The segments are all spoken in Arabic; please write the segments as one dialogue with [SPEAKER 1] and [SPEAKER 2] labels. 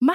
[SPEAKER 1] ما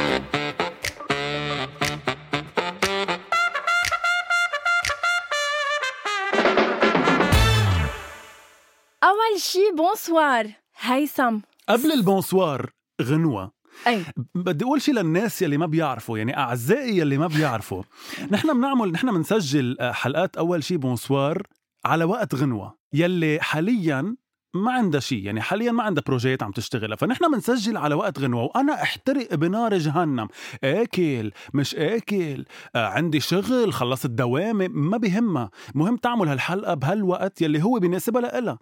[SPEAKER 1] أول شي بونسوار هيثم
[SPEAKER 2] قبل البونسوار غنوة
[SPEAKER 1] أي
[SPEAKER 2] بدي اقول شيء للناس يلي ما بيعرفوا يعني اعزائي يلي ما بيعرفوا نحن بنعمل نحن بنسجل آه، حلقات اول شيء بونسوار على وقت غنوه يلي حاليا ما عندها شيء يعني حاليا ما عندها بروجيات عم تشتغلها فنحن بنسجل على وقت غنوه وانا احترق بنار جهنم اكل مش اكل آه عندي شغل خلصت دوامي ما بهمها مهم تعمل هالحلقه بهالوقت يلي هو بيناسبها لإلها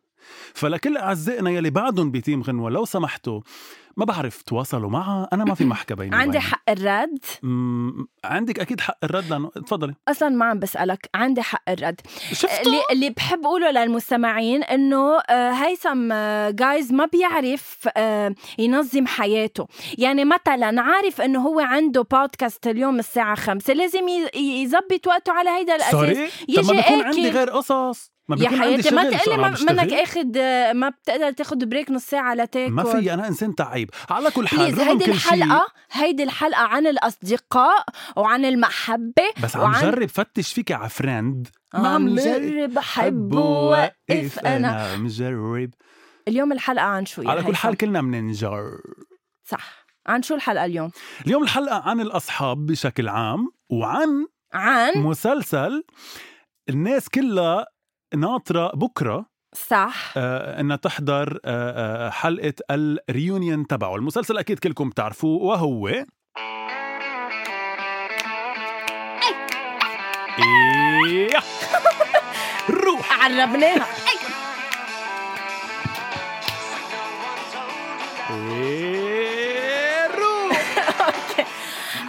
[SPEAKER 2] فلكل اعزائنا يلي بعدهم بتيم غنوه لو سمحتوا ما بعرف تواصلوا معها انا ما في محكه بيني
[SPEAKER 1] عندي
[SPEAKER 2] وبينها.
[SPEAKER 1] حق الرد
[SPEAKER 2] مم، عندك اكيد حق الرد لانه تفضلي
[SPEAKER 1] اصلا ما عم بسالك عندي حق الرد
[SPEAKER 2] شفتوا
[SPEAKER 1] اللي اللي بحب اقوله للمستمعين انه آه، هيثم جايز ما بيعرف آه، ينظم حياته يعني مثلا عارف انه هو عنده بودكاست اليوم الساعه خمسة لازم ي- يزبط وقته على هيدا الاساس
[SPEAKER 2] سوري
[SPEAKER 1] يجي
[SPEAKER 2] طب ما بيكون عندي
[SPEAKER 1] آكل.
[SPEAKER 2] غير قصص ما
[SPEAKER 1] يا
[SPEAKER 2] بيكون عندي
[SPEAKER 1] حياتي
[SPEAKER 2] شغل
[SPEAKER 1] ما تقلي
[SPEAKER 2] شو عم
[SPEAKER 1] ما- منك
[SPEAKER 2] بشتغل؟
[SPEAKER 1] اخد آه، ما بتقدر تاخد بريك نص ساعه لتاكل
[SPEAKER 2] ما في انا انسان تعيب على كل حال
[SPEAKER 1] بليز
[SPEAKER 2] رغم
[SPEAKER 1] هيدي
[SPEAKER 2] كل شيء
[SPEAKER 1] الحلقه هيدي الحلقه عن الاصدقاء وعن المحبه
[SPEAKER 2] بس عم
[SPEAKER 1] وعن-
[SPEAKER 2] جرب فتش فيك على فريند ما عم
[SPEAKER 1] عم
[SPEAKER 2] لاقي.
[SPEAKER 1] جرب احبه وقف انا
[SPEAKER 2] عم جرب
[SPEAKER 1] اليوم الحلقة عن شو يا
[SPEAKER 2] على كل
[SPEAKER 1] هيثم؟
[SPEAKER 2] حال كلنا مننجر
[SPEAKER 1] صح عن شو الحلقة اليوم؟
[SPEAKER 2] اليوم الحلقه عن الاصحاب بشكل عام وعن
[SPEAKER 1] عن
[SPEAKER 2] مسلسل الناس كلها ناطره بكره
[SPEAKER 1] صح
[SPEAKER 2] آه، انها تحضر آه، آه، حلقه الريونيون تبعه المسلسل اكيد كلكم بتعرفوه وهو إيه. روح
[SPEAKER 1] عربناها
[SPEAKER 2] إيه. روح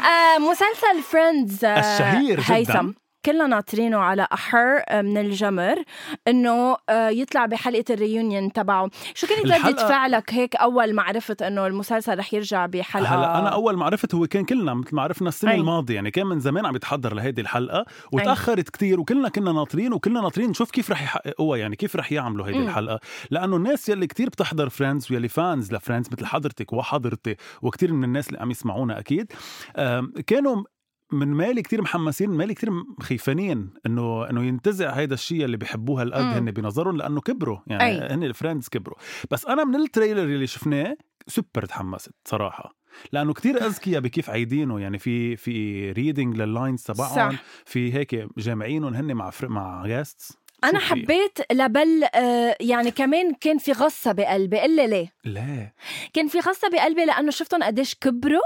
[SPEAKER 1] آه مسلسل فريندز آه
[SPEAKER 2] الشهير جداً.
[SPEAKER 1] هيثم كلنا ناطرينه على أحر آه، من الجمر انه آه، يطلع بحلقه الريونيون تبعه، شو كانت ردة
[SPEAKER 2] الحلقة-
[SPEAKER 1] فعلك هيك اول ما عرفت انه المسلسل رح يرجع بحلقه
[SPEAKER 2] هلا انا اول ما عرفت هو كان كلنا مثل ما عرفنا السنه
[SPEAKER 1] أي.
[SPEAKER 2] الماضيه يعني كان من زمان عم يتحضر لهيدي الحلقه وتاخرت كتير وكلنا كنا ناطرين وكلنا ناطرين نشوف كيف رح يحققوها يعني كيف رح يعملوا هيدي
[SPEAKER 1] مم.
[SPEAKER 2] الحلقه لانه الناس يلي كتير بتحضر فريندز ويلي فانز لفريندز مثل حضرتك وحضرتي وكتير من الناس اللي عم يسمعونا اكيد آم، كانوا من مالي كتير محمسين من مالي كتير خيفانين انه انه ينتزع هيدا الشيء اللي بيحبوه هالقد
[SPEAKER 1] مم.
[SPEAKER 2] هن بنظرهم لانه كبروا يعني
[SPEAKER 1] أي.
[SPEAKER 2] هن الفريندز كبروا بس انا من التريلر اللي شفناه سوبر تحمست صراحه لانه كتير اذكياء بكيف عايدينه يعني في في ريدنج لللاينز تبعهم
[SPEAKER 1] صح.
[SPEAKER 2] في هيك جامعينهم هن مع فر... مع جاستس
[SPEAKER 1] انا حبيت لبل آه، يعني كمان كان في غصه بقلبي الا ليه؟
[SPEAKER 2] لا
[SPEAKER 1] كان في غصه بقلبي لانه شفتهم قديش كبروا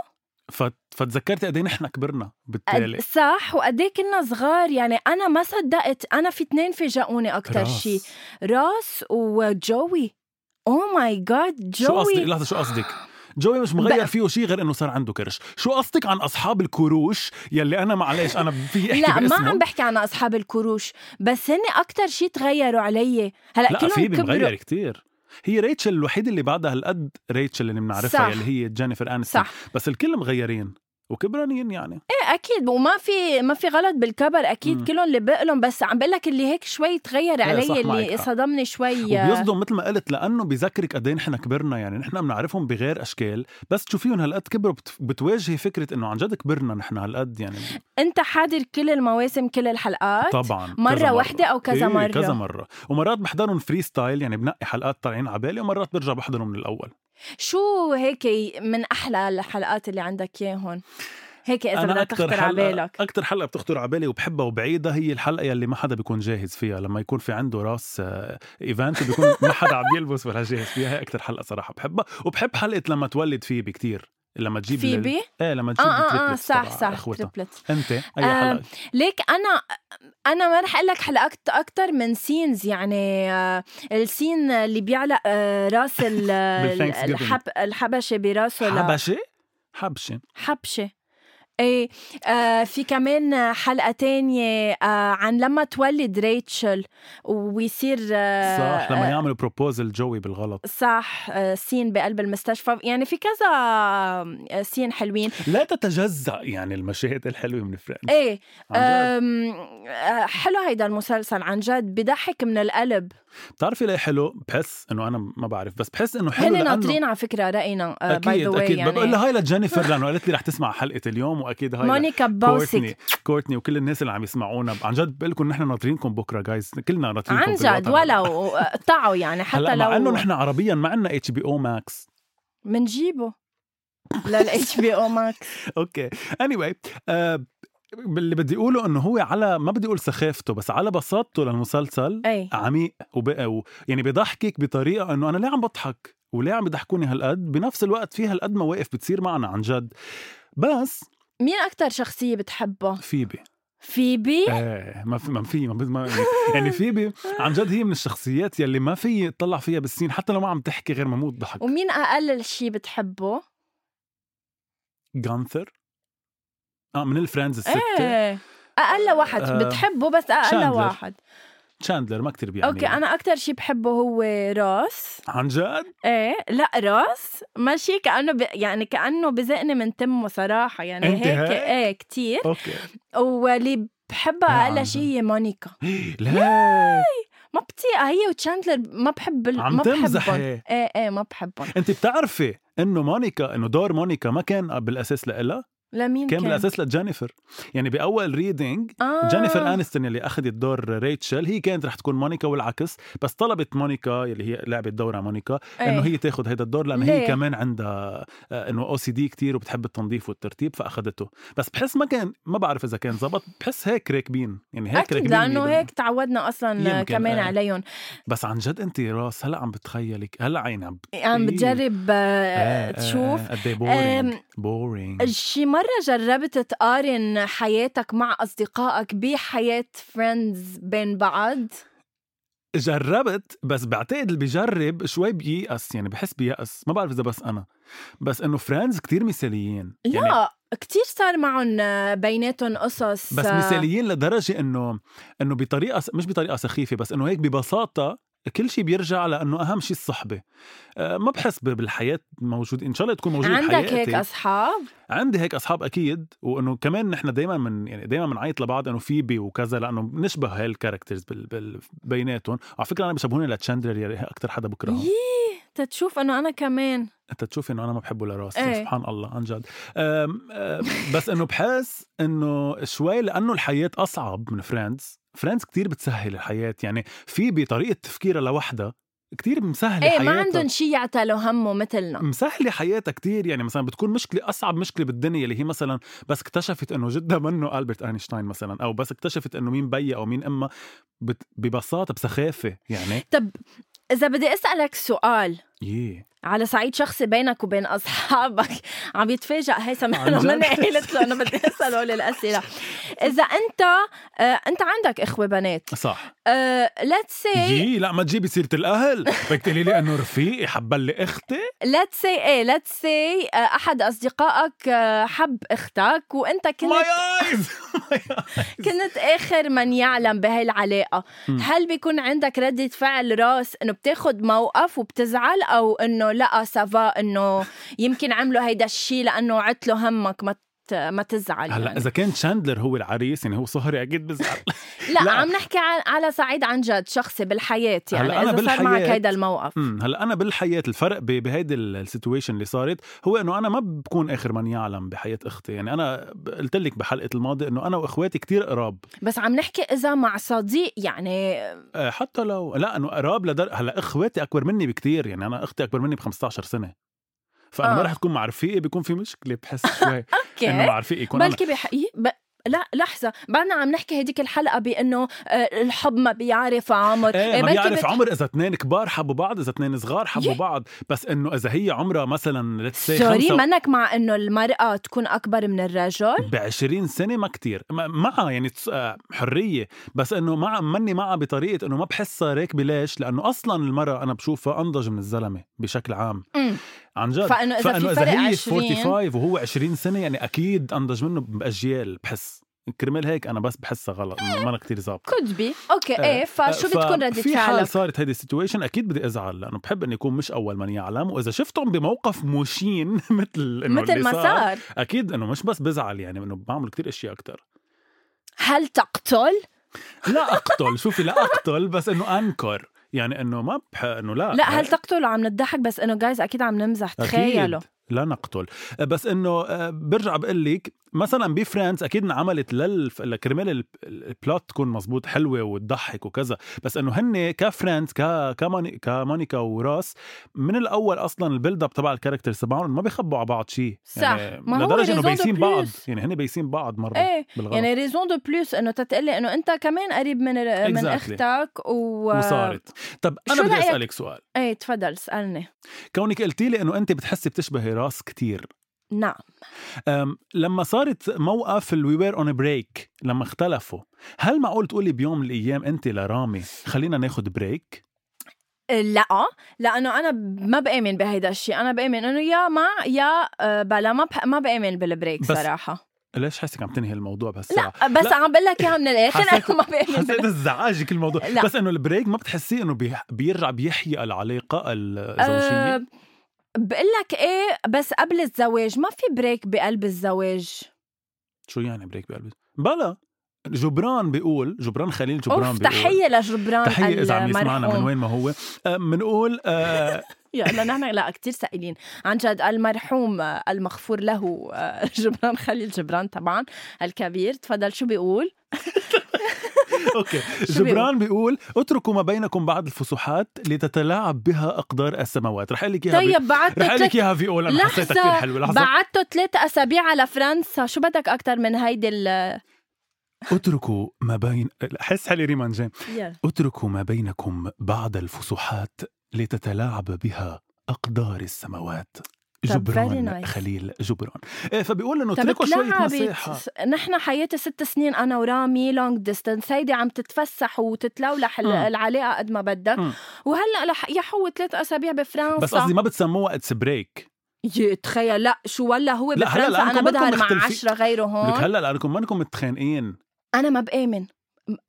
[SPEAKER 2] فت... فتذكرت قد ايه نحن كبرنا
[SPEAKER 1] قد- إيه
[SPEAKER 2] بالتالي
[SPEAKER 1] صح وقديه كنا صغار يعني انا ما صدقت انا في اثنين فاجئوني اكثر
[SPEAKER 2] راس.
[SPEAKER 1] شيء راس وجوي او ماي جاد
[SPEAKER 2] شو قصدك
[SPEAKER 1] جوي
[SPEAKER 2] لحظه شو قصدك جوي مش مغير
[SPEAKER 1] بقى-
[SPEAKER 2] فيه شيء غير انه صار عنده كرش شو قصدك عن اصحاب الكروش يلي انا معلش انا في احكي
[SPEAKER 1] لا ما
[SPEAKER 2] باسمهم؟
[SPEAKER 1] عم بحكي عن اصحاب الكروش بس هن اكثر شيء تغيروا علي هلا
[SPEAKER 2] لا في يعني،
[SPEAKER 1] كلهم
[SPEAKER 2] بمغير
[SPEAKER 1] كبروا
[SPEAKER 2] كتير هي ريتشل الوحيدة اللي بعدها هالقد ريتشل اللي
[SPEAKER 1] صح.
[SPEAKER 2] بنعرفها اللي هي جينيفر انستون
[SPEAKER 1] صح
[SPEAKER 2] بس الكل مغيرين وكبرانين يعني
[SPEAKER 1] ايه اكيد وما في ما في غلط بالكبر اكيد
[SPEAKER 2] مم.
[SPEAKER 1] كلهم اللي بقلهم بس عم بقول لك اللي هيك شوي تغير
[SPEAKER 2] إيه، صح،
[SPEAKER 1] علي اللي
[SPEAKER 2] معك حق.
[SPEAKER 1] صدمني شوي
[SPEAKER 2] وبيصدم مثل ما قلت لانه بيذكرك قد ايه نحن كبرنا يعني نحن بنعرفهم بغير اشكال بس تشوفيهم هالقد كبروا بت- بتواجهي فكره انه عن جد كبرنا نحن هالقد يعني
[SPEAKER 1] انت حاضر كل المواسم كل الحلقات
[SPEAKER 2] طبعا
[SPEAKER 1] مرة
[SPEAKER 2] كذا
[SPEAKER 1] واحدة أو كذا مرة؟
[SPEAKER 2] إيه كذا مره ومرات بحضرهم فري ستايل يعني بنقي حلقات طالعين على بالي ومرات برجع بحضرهم من الاول
[SPEAKER 1] شو هيك من احلى الحلقات اللي عندك اياهم هيك اذا بدها تخطر على بالك
[SPEAKER 2] اكثر حلقه بتخطر على بالي وبحبها وبعيدها هي الحلقه يلي ما حدا بيكون جاهز فيها لما يكون في عنده راس آه، ايفنت وبيكون ما حدا عم يلبس ولا جاهز فيها هي اكثر حلقه صراحه بحبها وبحب حلقه لما تولد فيبي كتير لما تجيب
[SPEAKER 1] فيبي
[SPEAKER 2] ايه لما
[SPEAKER 1] اه
[SPEAKER 2] تجيب
[SPEAKER 1] اه اه
[SPEAKER 2] التريبلتس
[SPEAKER 1] صح
[SPEAKER 2] تبع
[SPEAKER 1] صح
[SPEAKER 2] اخوتها
[SPEAKER 1] تريبلت
[SPEAKER 2] انت اي
[SPEAKER 1] آه،
[SPEAKER 2] حلقه
[SPEAKER 1] ليك انا انا ما رح اقول لك حلقات اكثر من سينز يعني آه، السين اللي بيعلق آه، راس ال-
[SPEAKER 2] بالThanksgiving.
[SPEAKER 1] الحب الحبشه براسه لا-
[SPEAKER 2] حبشه حبشه
[SPEAKER 1] حبشة ايه آه في كمان حلقة تانية آه عن لما تولد ريتشل ويصير آه
[SPEAKER 2] صح لما يعملوا بروبوزل جوي بالغلط
[SPEAKER 1] صح آه سين بقلب المستشفى يعني في كذا آه، سين حلوين
[SPEAKER 2] لا تتجزأ يعني المشاهد الحلوه من فريندز
[SPEAKER 1] ايه
[SPEAKER 2] عن جد.
[SPEAKER 1] آم، آه، حلو هيدا المسلسل عن جد بضحك من القلب
[SPEAKER 2] بتعرفي ليه حلو بحس انه انا ما بعرف بس بحس انه حلو
[SPEAKER 1] هن
[SPEAKER 2] لأنه-
[SPEAKER 1] ناطرين على فكرة رأينا آه، by
[SPEAKER 2] اكيد
[SPEAKER 1] the way
[SPEAKER 2] اكيد يعني... بقول
[SPEAKER 1] يعني
[SPEAKER 2] لها هاي لجينيفر لانه قالت لي رح تسمع حلقه اليوم واكيد هاي
[SPEAKER 1] مونيكا
[SPEAKER 2] كورتني
[SPEAKER 1] باوسك
[SPEAKER 2] كورتني وكل الناس اللي عم يسمعونا عن جد بقول لكم نحن ناطرينكم بكره جايز كلنا ناطرينكم
[SPEAKER 1] عن جد
[SPEAKER 2] بالوطن.
[SPEAKER 1] ولو قطعوا يعني
[SPEAKER 2] هلا
[SPEAKER 1] حتى
[SPEAKER 2] مع انه
[SPEAKER 1] لو
[SPEAKER 2] نحن عربيا ما عندنا اتش بي او ماكس
[SPEAKER 1] منجيبه للاتش بي او ماكس
[SPEAKER 2] اوكي اني anyway, آه اللي بدي اقوله انه هو على ما بدي اقول سخافته بس على بساطته للمسلسل
[SPEAKER 1] اي
[SPEAKER 2] عميق وبقى و... يعني بيضحكك بطريقه انه انا ليه عم بضحك وليه عم بيضحكوني هالقد بنفس الوقت في هالقد مواقف بتصير معنا عن جد بس
[SPEAKER 1] مين اكثر شخصيه بتحبها
[SPEAKER 2] فيبي
[SPEAKER 1] فيبي
[SPEAKER 2] ايه ما في ما في ما, في- ما يعني فيبي عن جد هي من الشخصيات يلي ما في تطلع فيها بالسين حتى لو ما عم تحكي غير ما موت ضحك
[SPEAKER 1] ومين اقل شيء بتحبه
[SPEAKER 2] جانثر اه من الفريندز الستة
[SPEAKER 1] ايه اقل واحد
[SPEAKER 2] آه،
[SPEAKER 1] بتحبه بس اقل
[SPEAKER 2] شاندلر.
[SPEAKER 1] واحد
[SPEAKER 2] تشاندلر ما كتير بيعني
[SPEAKER 1] اوكي انا اكثر شيء بحبه هو راس
[SPEAKER 2] عن جد
[SPEAKER 1] ايه لا راس ماشي كانه ب... يعني كانه بزقني من تمه صراحه يعني
[SPEAKER 2] أنت
[SPEAKER 1] هيك
[SPEAKER 2] هيك؟
[SPEAKER 1] ايه كثير
[SPEAKER 2] اوكي
[SPEAKER 1] واللي
[SPEAKER 2] لا،
[SPEAKER 1] بحبها
[SPEAKER 2] عن
[SPEAKER 1] اقل شيء هي مونيكا
[SPEAKER 2] لا
[SPEAKER 1] ما بطيقه هي وتشاندلر ما بحب ال-
[SPEAKER 2] عم
[SPEAKER 1] ما
[SPEAKER 2] تمزح
[SPEAKER 1] بحبهم
[SPEAKER 2] هي.
[SPEAKER 1] ايه ايه ما بحبهم
[SPEAKER 2] انت بتعرفي انه مونيكا انه دور مونيكا ما كان بالاساس لإلها
[SPEAKER 1] لمين
[SPEAKER 2] كان
[SPEAKER 1] كان
[SPEAKER 2] بالاساس لجينيفر يعني باول ريدنج
[SPEAKER 1] آه.
[SPEAKER 2] جينيفر انستون اللي اخذت دور ريتشل هي كانت رح تكون مونيكا والعكس بس طلبت مونيكا اللي هي لعبت دورها مونيكا انه
[SPEAKER 1] إيه.
[SPEAKER 2] هي تاخذ هذا الدور لانه
[SPEAKER 1] ليه؟
[SPEAKER 2] هي كمان عندها آه، انه او سي دي كثير وبتحب التنظيف والترتيب فاخذته بس بحس ما كان ما بعرف اذا كان زبط بحس هيك راكبين يعني هيك
[SPEAKER 1] اكيد
[SPEAKER 2] راكبين
[SPEAKER 1] لانه
[SPEAKER 2] ميدان.
[SPEAKER 1] هيك تعودنا اصلا
[SPEAKER 2] يمكن،
[SPEAKER 1] كمان
[SPEAKER 2] آه.
[SPEAKER 1] عليهم
[SPEAKER 2] بس عن جد انت راس هلا عم بتخيلك هلا عيني عم
[SPEAKER 1] عم يعني بتجرب آه، تشوف
[SPEAKER 2] قد ايه
[SPEAKER 1] آم،
[SPEAKER 2] بورينج بورينج
[SPEAKER 1] شي مرة جربت تقارن حياتك مع أصدقائك بحياة فريندز بين بعض
[SPEAKER 2] جربت بس بعتقد اللي بجرب شوي بيأس يعني بحس بيأس ما بعرف اذا بس انا بس انه فريندز كتير مثاليين
[SPEAKER 1] لا
[SPEAKER 2] يعني
[SPEAKER 1] يعني كتير صار معهم بيناتهم قصص
[SPEAKER 2] بس
[SPEAKER 1] آه،
[SPEAKER 2] مثاليين لدرجه انه انه بطريقه مش بطريقه سخيفه بس انه هيك ببساطه كل شيء بيرجع لانه اهم شيء الصحبه آه، ما بحس ب- بالحياه موجود ان شاء الله تكون موجوده
[SPEAKER 1] عندك
[SPEAKER 2] بحياتي
[SPEAKER 1] هيك أصحاب
[SPEAKER 2] عندي هيك اصحاب اكيد وانه كمان نحن دائما من يعني دائما بنعيط لبعض انه فيبي وكذا لانه بنشبه هالكاركترز بال... بال... بيناتهم على فكره انا بشبهوني لتشاندلر يعني اكثر حدا بكرهه
[SPEAKER 1] يي تتشوف أنه أنا كمان
[SPEAKER 2] انت تشوف انه انا ما بحبه لراسي
[SPEAKER 1] إيه.
[SPEAKER 2] سبحان الله عن جد أم أم بس انه بحس انه شوي لانه الحياه اصعب من فريندز فريندز كتير بتسهل الحياه يعني في بطريقه تفكيرها لوحدها كتير مسهله
[SPEAKER 1] إيه
[SPEAKER 2] حياتها
[SPEAKER 1] ما عندهم شي يعتلوا همه مثلنا
[SPEAKER 2] مسهله حياتها كتير يعني مثلا بتكون مشكله اصعب مشكله بالدنيا اللي هي مثلا بس اكتشفت انه جدها منه البرت اينشتاين مثلا او بس اكتشفت انه مين بيا او مين امها بت... ببساطه بسخافه يعني
[SPEAKER 1] طب إذا بدي أسألك سؤال
[SPEAKER 2] يي
[SPEAKER 1] على صعيد شخصي بينك وبين اصحابك عم يتفاجئ هيثم
[SPEAKER 2] عن
[SPEAKER 1] انه
[SPEAKER 2] جد؟
[SPEAKER 1] مني قلت له انه بدي اساله الاسئله اذا انت آه، انت عندك اخوه بنات
[SPEAKER 2] صح
[SPEAKER 1] آه، ليتس سي
[SPEAKER 2] يي لا ما تجيبي سيره الاهل بدك تقولي لي انه رفيقي حبلي اختي
[SPEAKER 1] ليتس سي ايه ليتس سي احد اصدقائك آه، حب اختك وانت
[SPEAKER 2] ماي
[SPEAKER 1] كنت
[SPEAKER 2] ايز
[SPEAKER 1] كنت اخر من يعلم بهالعلاقه
[SPEAKER 2] مم.
[SPEAKER 1] هل بيكون عندك ردة فعل راس انه بتاخد موقف وبتزعل او انه لا سافا انه يمكن عملوا هيدا الشيء لانه عتلوا همك ما ت- ما تزعل
[SPEAKER 2] هلا
[SPEAKER 1] يعني.
[SPEAKER 2] اذا كان تشاندلر هو العريس يعني هو صهري اكيد بزعل
[SPEAKER 1] لا,
[SPEAKER 2] لا.
[SPEAKER 1] لا عم نحكي عن على صعيد عن جد شخصي بالحياة يعني
[SPEAKER 2] هلا أنا
[SPEAKER 1] إذا صار معك
[SPEAKER 2] بالحياة-
[SPEAKER 1] هيدا الموقف
[SPEAKER 2] امم هلا انا بالحياه الفرق ب- بهيدي ال- السيتويشن اللي صارت هو انه انا ما بكون اخر من يعلم بحياه اختي يعني انا ب- قلت لك بحلقه الماضي انه انا واخواتي كتير قراب
[SPEAKER 1] بس عم نحكي إذا مع صديق يعني
[SPEAKER 2] آه، حتى لو لا انه قراب لدر هلا اخواتي اكبر مني بكتير يعني انا اختي اكبر مني ب 15 سنه فانا آه. ما
[SPEAKER 1] آه.
[SPEAKER 2] رح تكون مع رفيقي بيكون في مشكله بحس شوي انه
[SPEAKER 1] اوكي
[SPEAKER 2] مع رفيقي يكون أنا...
[SPEAKER 1] بلكي بحقيقة ب... لا لحظة بعدنا عم نحكي هديك الحلقة بأنه آه، الحب ما بيعرف عمر إيه،
[SPEAKER 2] ايه ما
[SPEAKER 1] بلكي
[SPEAKER 2] بيعرف
[SPEAKER 1] بت-
[SPEAKER 2] عمر اذا اثنين كبار حبوا بعض اذا اثنين صغار حبوا
[SPEAKER 1] يه.
[SPEAKER 2] بعض بس انه اذا هي عمرها مثلا let's say
[SPEAKER 1] سوري
[SPEAKER 2] خمسة-
[SPEAKER 1] منك مع انه المرأة تكون أكبر من الرجل
[SPEAKER 2] ب 20 سنه ما كتير م- معها يعني تس- آه، حريه بس انه مع مني معها بطريقه انه ما بحسها راكبه ليش لانه اصلا المراه انا بشوفها انضج من الزلمه بشكل عام
[SPEAKER 1] أمم.
[SPEAKER 2] عن جد
[SPEAKER 1] فإنه إذا في فرق
[SPEAKER 2] هي
[SPEAKER 1] 20
[SPEAKER 2] 45 وهو 20 سنه يعني اكيد انضج منه باجيال بحس كرمال هيك انا بس بحسها غلط ما انا كثير ظابطه
[SPEAKER 1] كود بي اوكي
[SPEAKER 2] إيه.
[SPEAKER 1] ايه فشو
[SPEAKER 2] ف-
[SPEAKER 1] بتكون ردة
[SPEAKER 2] في حال
[SPEAKER 1] فعلك؟
[SPEAKER 2] صارت هيدي السيتويشن اكيد بدي ازعل لانه بحب اني اكون مش اول من يعلم واذا شفتهم بموقف مشين مثل انه
[SPEAKER 1] مثل
[SPEAKER 2] اللي
[SPEAKER 1] ما صار
[SPEAKER 2] اكيد انه مش بس بزعل يعني انه بعمل كتير اشياء اكثر
[SPEAKER 1] هل تقتل؟
[SPEAKER 2] لا اقتل شوفي لا اقتل بس انه انكر يعني انه ما بح... انه لا
[SPEAKER 1] لا هل تقتل عم نضحك بس انه جايز اكيد عم نمزح
[SPEAKER 2] آه، أكيد
[SPEAKER 1] تخيلوا
[SPEAKER 2] لا نقتل بس انه آه، برجع بقول لك مثلا بفرنس اكيد انعملت لل لكرمال ال- ال- البلوت تكون مزبوط حلوه وتضحك وكذا بس انه هن كفرنس ك كموني- كمونيكا وراس من الاول اصلا البيلد اب تبع الكاركترز تبعهم ما بيخبوا على بعض يعني شيء
[SPEAKER 1] صح. ما هو
[SPEAKER 2] لدرجه
[SPEAKER 1] raison de
[SPEAKER 2] انه بايسين
[SPEAKER 1] plus.
[SPEAKER 2] بعض يعني هن بايسين بعض مره
[SPEAKER 1] ايه
[SPEAKER 2] بالغلط
[SPEAKER 1] يعني ريزون دو بلوس انه تتقلي انه انت كمان قريب من من
[SPEAKER 2] Exactly.
[SPEAKER 1] اختك و
[SPEAKER 2] وصارت طب
[SPEAKER 1] شو
[SPEAKER 2] انا بدي
[SPEAKER 1] رأيك؟
[SPEAKER 2] اسالك سؤال
[SPEAKER 1] ايه تفضل اسالني
[SPEAKER 2] كونك قلتي لي انه انت بتحسي بتشبهي راس كتير
[SPEAKER 1] نعم
[SPEAKER 2] أم، لما صارت موقف الوي وير اون بريك لما اختلفوا هل معقول تقولي بيوم من الايام انت لرامي خلينا ناخد بريك
[SPEAKER 1] لا لانه انا ما بامن بهيدا الشيء انا بامن انه يا مع يا آه، بلا ما بح- ما بامن بالبريك
[SPEAKER 2] بس
[SPEAKER 1] صراحه
[SPEAKER 2] ليش حاسك عم تنهي الموضوع بهالساعه
[SPEAKER 1] لا بس
[SPEAKER 2] لا.
[SPEAKER 1] عم بقول لك اياها من الاخر
[SPEAKER 2] حسيت-
[SPEAKER 1] انا ما بامن
[SPEAKER 2] حسيت
[SPEAKER 1] بال-
[SPEAKER 2] الزعاج كل الموضوع
[SPEAKER 1] لا.
[SPEAKER 2] بس انه البريك ما بتحسيه انه بيح- بيرجع بيحيى العلاقه الزوجيه
[SPEAKER 1] آه، بقول لك ايه بس قبل الزواج ما في بريك بقلب الزواج
[SPEAKER 2] شو يعني بريك بقلبي بلا جبران بيقول جبران خليل جبران
[SPEAKER 1] اوف
[SPEAKER 2] بيقول
[SPEAKER 1] تحيه لجبران
[SPEAKER 2] تحية إذا عم يسمعنا من
[SPEAKER 1] المرحوم.
[SPEAKER 2] وين ما هو بنقول آه،
[SPEAKER 1] يلا نحن لا كتير سائلين عن جد المرحوم آه، المغفور له آه، جبران خليل جبران طبعا الكبير تفضل شو بيقول
[SPEAKER 2] اوكي
[SPEAKER 1] بيقول؟
[SPEAKER 2] جبران بيقول اتركوا ما بينكم بعض الفسحات لتتلاعب بها اقدار السماوات رح اقول لك اياها بي-
[SPEAKER 1] طيب بعته
[SPEAKER 2] رح اقول لك
[SPEAKER 1] تلت-
[SPEAKER 2] اياها في اول انا حسيتها كثير حلوه
[SPEAKER 1] لحظة
[SPEAKER 2] لحظه
[SPEAKER 1] بعته ثلاث أسابيع على فرنسا شو بدك أكثر من هيدي ال
[SPEAKER 2] اتركوا ما بين حس حالي ريمان جيم
[SPEAKER 1] يلا.
[SPEAKER 2] اتركوا ما بينكم بعض الفسحات لتتلاعب بها اقدار السماوات
[SPEAKER 1] طب
[SPEAKER 2] جبران
[SPEAKER 1] very nice.
[SPEAKER 2] خليل جبران إيه، فبيقول انه
[SPEAKER 1] طب
[SPEAKER 2] اتركوا شويه مساحه
[SPEAKER 1] تلعبت نحن حياتي ست سنين أنا ورامي لونج ديستنس هيدي عم تتفسح وتتلولح ال-
[SPEAKER 2] مم.
[SPEAKER 1] العلاقة قد ما بدك
[SPEAKER 2] مم.
[SPEAKER 1] وهلا رح يحو ثلاث أسابيع بفرنسا
[SPEAKER 2] بس قصدي ما بتسموها اتس بريك
[SPEAKER 1] يي، تخيل لا شو ولا هو
[SPEAKER 2] لا، هلا
[SPEAKER 1] بفرنسا أنا
[SPEAKER 2] لأنكم بدكم
[SPEAKER 1] بظهر مع
[SPEAKER 2] مختلفين.
[SPEAKER 1] عشرة غيره هون
[SPEAKER 2] لك هلا لانكم منكم متخانقين
[SPEAKER 1] انا ما بامن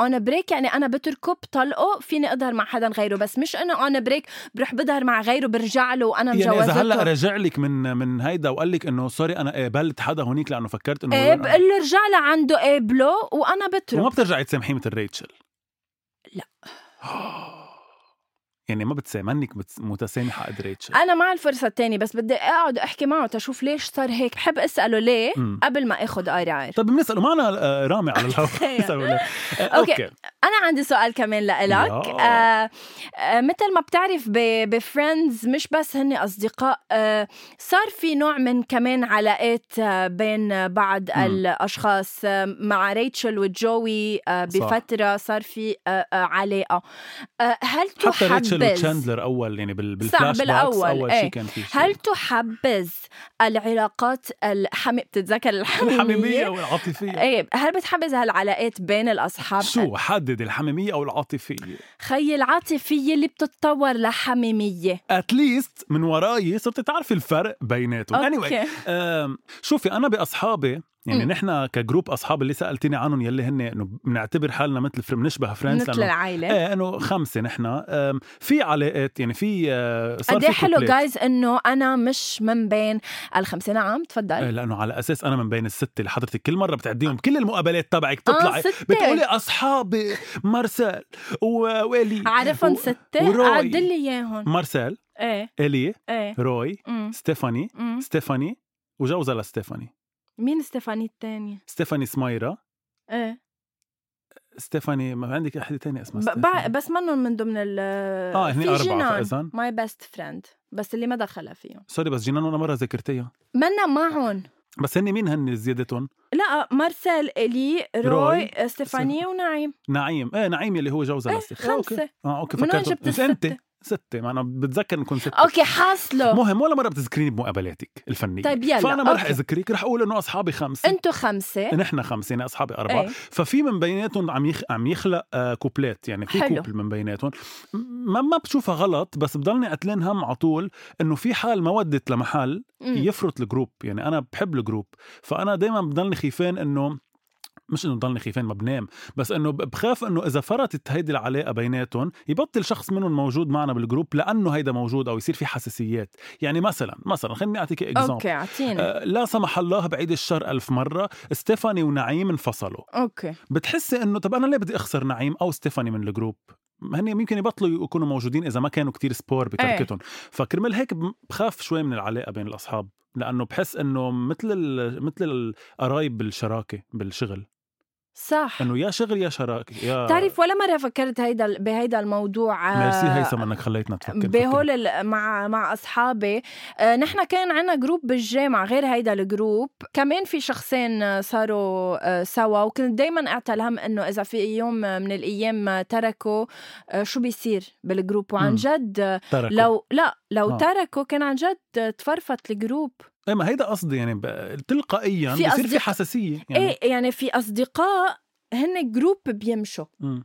[SPEAKER 1] اون بريك يعني انا بتركه بطلقه فيني اظهر مع حدا غيره بس مش انه اون بريك بروح بظهر مع غيره برجع له وانا
[SPEAKER 2] يعني اذا
[SPEAKER 1] مجوزته
[SPEAKER 2] هلا رجع لك من من هيدا وقال لك انه سوري انا قابلت حدا هونيك لانه فكرت انه
[SPEAKER 1] ايه بقول له رجع لعنده قابله وانا
[SPEAKER 2] وما
[SPEAKER 1] بترك
[SPEAKER 2] بترجعي تسامحيه مثل ريتشل
[SPEAKER 1] لا.
[SPEAKER 2] يعني ما بتسامحنك بتس- متسامحه قد ريتشل
[SPEAKER 1] انا مع الفرصه الثانيه بس بدي اقعد احكي معه تشوف ليش صار هيك بحب اساله ليه
[SPEAKER 2] مم.
[SPEAKER 1] قبل ما اخذ قرار اوكي,
[SPEAKER 2] طب بنساله معنا آه، رامي على الهواء
[SPEAKER 1] تخيل.
[SPEAKER 2] بنسأله ليه. آه،
[SPEAKER 1] أيوة. أوكي. انا عندي سؤال كمان لإلك
[SPEAKER 2] يا.
[SPEAKER 1] آه آه مثل ما بتعرف بفريندز مش بس هن اصدقاء آه صار في نوع من كمان علاقات آه بين بعض
[SPEAKER 2] مم.
[SPEAKER 1] الاشخاص آه مع ريتشل وجوي آه
[SPEAKER 2] صح.
[SPEAKER 1] بفتره صار في آه آه علاقه آه هل
[SPEAKER 2] حتى ريتشل
[SPEAKER 1] تحبذ
[SPEAKER 2] وتشاندلر اول يعني بال-
[SPEAKER 1] صح،
[SPEAKER 2] بالفلاش باكس
[SPEAKER 1] بالأول،
[SPEAKER 2] اول
[SPEAKER 1] إيه.
[SPEAKER 2] شيء كان في شيء.
[SPEAKER 1] هل تحبذ العلاقات الحمي بتتذكر الحميميه,
[SPEAKER 2] الحميميه والعاطفيه
[SPEAKER 1] ايه هل بتحبذ هالعلاقات بين الاصحاب
[SPEAKER 2] شو حدد الحميميه او العاطفيه
[SPEAKER 1] خي العاطفية اللي بتتطور لحميمية
[SPEAKER 2] اتليست من وراي صرت تعرفي الفرق بيناتهم anyway
[SPEAKER 1] أوكي.
[SPEAKER 2] أم، شوفي انا باصحابي يعني
[SPEAKER 1] مم.
[SPEAKER 2] نحن كجروب اصحاب اللي سالتيني عنهم يلي هن انه بنعتبر حالنا مثل فر- بنشبه فريندز
[SPEAKER 1] مثل العائلة
[SPEAKER 2] ايه انه خمسه نحن أم، في علاقات يعني في آه، صار
[SPEAKER 1] قد إيه
[SPEAKER 2] في
[SPEAKER 1] حلو
[SPEAKER 2] كوبلات.
[SPEAKER 1] جايز انه انا مش من بين الخمسة نعم
[SPEAKER 2] إيه،
[SPEAKER 1] تفضل
[SPEAKER 2] لانه على اساس انا من بين السته اللي حضرتك كل مره بتعديهم كل المقابلات تبعك
[SPEAKER 1] آه،
[SPEAKER 2] بتطلعي
[SPEAKER 1] ستة.
[SPEAKER 2] بتقولي اصحابي مارسيل و- والي
[SPEAKER 1] عارفهم
[SPEAKER 2] و-
[SPEAKER 1] ستة
[SPEAKER 2] وروي.
[SPEAKER 1] عد لي اياهم
[SPEAKER 2] مارسيل
[SPEAKER 1] ايه
[SPEAKER 2] الي
[SPEAKER 1] ايه
[SPEAKER 2] روي
[SPEAKER 1] أمم،
[SPEAKER 2] ستيفاني
[SPEAKER 1] أمم.
[SPEAKER 2] ستيفاني وجوزها لستيفاني
[SPEAKER 1] مين ستيفاني الثانية؟
[SPEAKER 2] ستيفاني سمايرا
[SPEAKER 1] ايه
[SPEAKER 2] ستيفاني ما عندك وحده ثانيه اسمها
[SPEAKER 1] إيه. ب- بع-
[SPEAKER 2] ستيفاني.
[SPEAKER 1] بس منهم من ضمن ال
[SPEAKER 2] اه هني
[SPEAKER 1] في
[SPEAKER 2] اربعه
[SPEAKER 1] جنان
[SPEAKER 2] فاذا
[SPEAKER 1] ماي بيست فريند بس اللي ما دخلها فيهم
[SPEAKER 2] سوري بس جنان ولا مره ذكرتيها
[SPEAKER 1] منا معهم
[SPEAKER 2] بس هن مين هن زيادتهم؟
[SPEAKER 1] لا مارسيل الي روي,
[SPEAKER 2] روي،
[SPEAKER 1] ستيفاني ونعيم
[SPEAKER 2] نعيم ايه نعيم اللي هو جوزها
[SPEAKER 1] إيه،
[SPEAKER 2] لستيف.
[SPEAKER 1] خمسة.
[SPEAKER 2] اوكي اه اوكي
[SPEAKER 1] من وين
[SPEAKER 2] فكرت
[SPEAKER 1] جبت
[SPEAKER 2] بس انت
[SPEAKER 1] الستة؟
[SPEAKER 2] ستة ما انا بتذكر نكون ستة
[SPEAKER 1] اوكي حاصله
[SPEAKER 2] مهم ولا مرة بتذكريني بمقابلاتك الفنية
[SPEAKER 1] طيب يلا،
[SPEAKER 2] فأنا ما رح
[SPEAKER 1] أوكي.
[SPEAKER 2] أذكرك رح أقول إنه أصحابي خمسة
[SPEAKER 1] انتو خمسه
[SPEAKER 2] نحن خمسة يعني أصحابي أربعة
[SPEAKER 1] ايه
[SPEAKER 2] ففي من بيناتهم عم يخ... عم يخلق آه، كوبلات يعني في
[SPEAKER 1] حلو.
[SPEAKER 2] كوبل من بيناتهم م- ما ما بشوفها غلط بس بضلني قتلان هم على طول انه في حال ما ودت لمحل
[SPEAKER 1] مم.
[SPEAKER 2] يفرط الجروب يعني انا بحب الجروب فانا دائما بضلني خيفان انه مش انه ضلني خيفان ما بنام بس انه ب- بخاف انه اذا فرطت هيدي العلاقه بيناتهم يبطل شخص منهم موجود معنا بالجروب لانه هيدا موجود او يصير في حساسيات يعني مثلا مثلا خليني اعطيك اكزامبل
[SPEAKER 1] اوكي اعطيني
[SPEAKER 2] آه، لا سمح الله بعيد الشر ألف مرة ستيفاني ونعيم انفصلوا
[SPEAKER 1] اوكي
[SPEAKER 2] بتحسي انه طب انا ليه بدي اخسر نعيم او ستيفاني من الجروب هن يمكن يبطلوا يكونوا موجودين اذا ما كانوا كتير سبور بتركتهم
[SPEAKER 1] إيه.
[SPEAKER 2] فكرمال هيك بم- بخاف شوي من العلاقه بين الاصحاب لانه بحس انه مثل ال... مثل القرايب بالشراكه بالشغل
[SPEAKER 1] صح
[SPEAKER 2] انه يا شغل يا شراكه يا
[SPEAKER 1] بتعرف ولا مره فكرت هيدا بهيدا الموضوع آه،
[SPEAKER 2] آه. ميرسي هيثم انك خليتنا تفكر
[SPEAKER 1] بهول ال- مع مع اصحابي آه، نحن كان عنا جروب بالجامعه غير هيدا الجروب كمان في شخصين آه، صاروا آه، سوا وكنت دائما اعتلهم انه اذا في يوم آه، من الايام آه، تركوا آه، شو بيصير بالجروب وعن
[SPEAKER 2] مم.
[SPEAKER 1] جد آه،
[SPEAKER 2] تركوا.
[SPEAKER 1] لو لا لو
[SPEAKER 2] آه.
[SPEAKER 1] تركوا كان عن جد آه، تفرفت الجروب
[SPEAKER 2] ايه ما هيدا قصدي يعني ب... تلقائيا
[SPEAKER 1] في
[SPEAKER 2] بصير في
[SPEAKER 1] أصدقاء-
[SPEAKER 2] حساسيه يعني
[SPEAKER 1] ايه يعني في اصدقاء هن جروب بيمشوا
[SPEAKER 2] مم.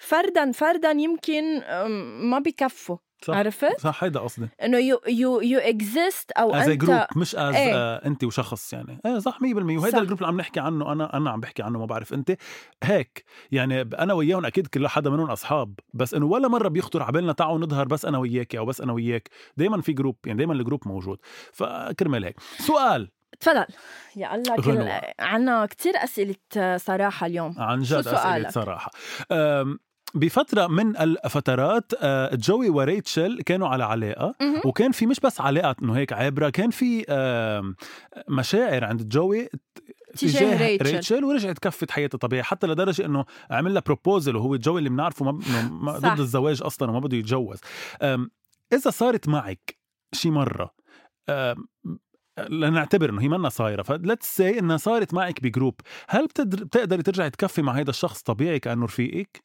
[SPEAKER 1] فردا فردا يمكن أم، ما بكفوا
[SPEAKER 2] صح.
[SPEAKER 1] عرفت
[SPEAKER 2] صح هيدا قصدي
[SPEAKER 1] انه يو يو يو اكزيست او
[SPEAKER 2] از
[SPEAKER 1] انت
[SPEAKER 2] جروب مش از
[SPEAKER 1] إيه.
[SPEAKER 2] آه انت وشخص يعني ايه صح 100% وهذا
[SPEAKER 1] صح.
[SPEAKER 2] الجروب اللي عم نحكي عنه انا انا عم بحكي عنه ما بعرف انت هيك يعني ب- انا وياهم اكيد كل حدا منهم اصحاب بس انه ولا مره بيخطر على بالنا تعالوا نظهر بس انا وياك او بس انا وياك دائما في جروب يعني دائما الجروب موجود فكرمال هيك سؤال
[SPEAKER 1] تفضل يا الله كل...
[SPEAKER 2] غنوة.
[SPEAKER 1] عنا كتير اسئله آه، صراحه اليوم
[SPEAKER 2] عن
[SPEAKER 1] شو
[SPEAKER 2] جد اسئله
[SPEAKER 1] سؤالك؟
[SPEAKER 2] صراحه أم، بفتره من الفترات آه، جوي وريتشل كانوا على علاقه
[SPEAKER 1] مهم.
[SPEAKER 2] وكان في مش بس علاقه انه هيك عابره كان في آم، مشاعر عند جوي
[SPEAKER 1] تجاه ريتشل
[SPEAKER 2] ريتشل ورجعت كفت حياتها طبيعي حتى لدرجه انه عمل لها بروبوزل وهو جوي اللي بنعرفه ما, إنه ما
[SPEAKER 1] صح.
[SPEAKER 2] ضد الزواج اصلا وما بده يتجوز أم، اذا صارت معك شي مره أم، لنعتبر انه هي منا صايره فليتس سي انها صارت معك بجروب هل بتقدر- بتقدري ترجعي تكفي مع هذا الشخص طبيعي كانه رفيقك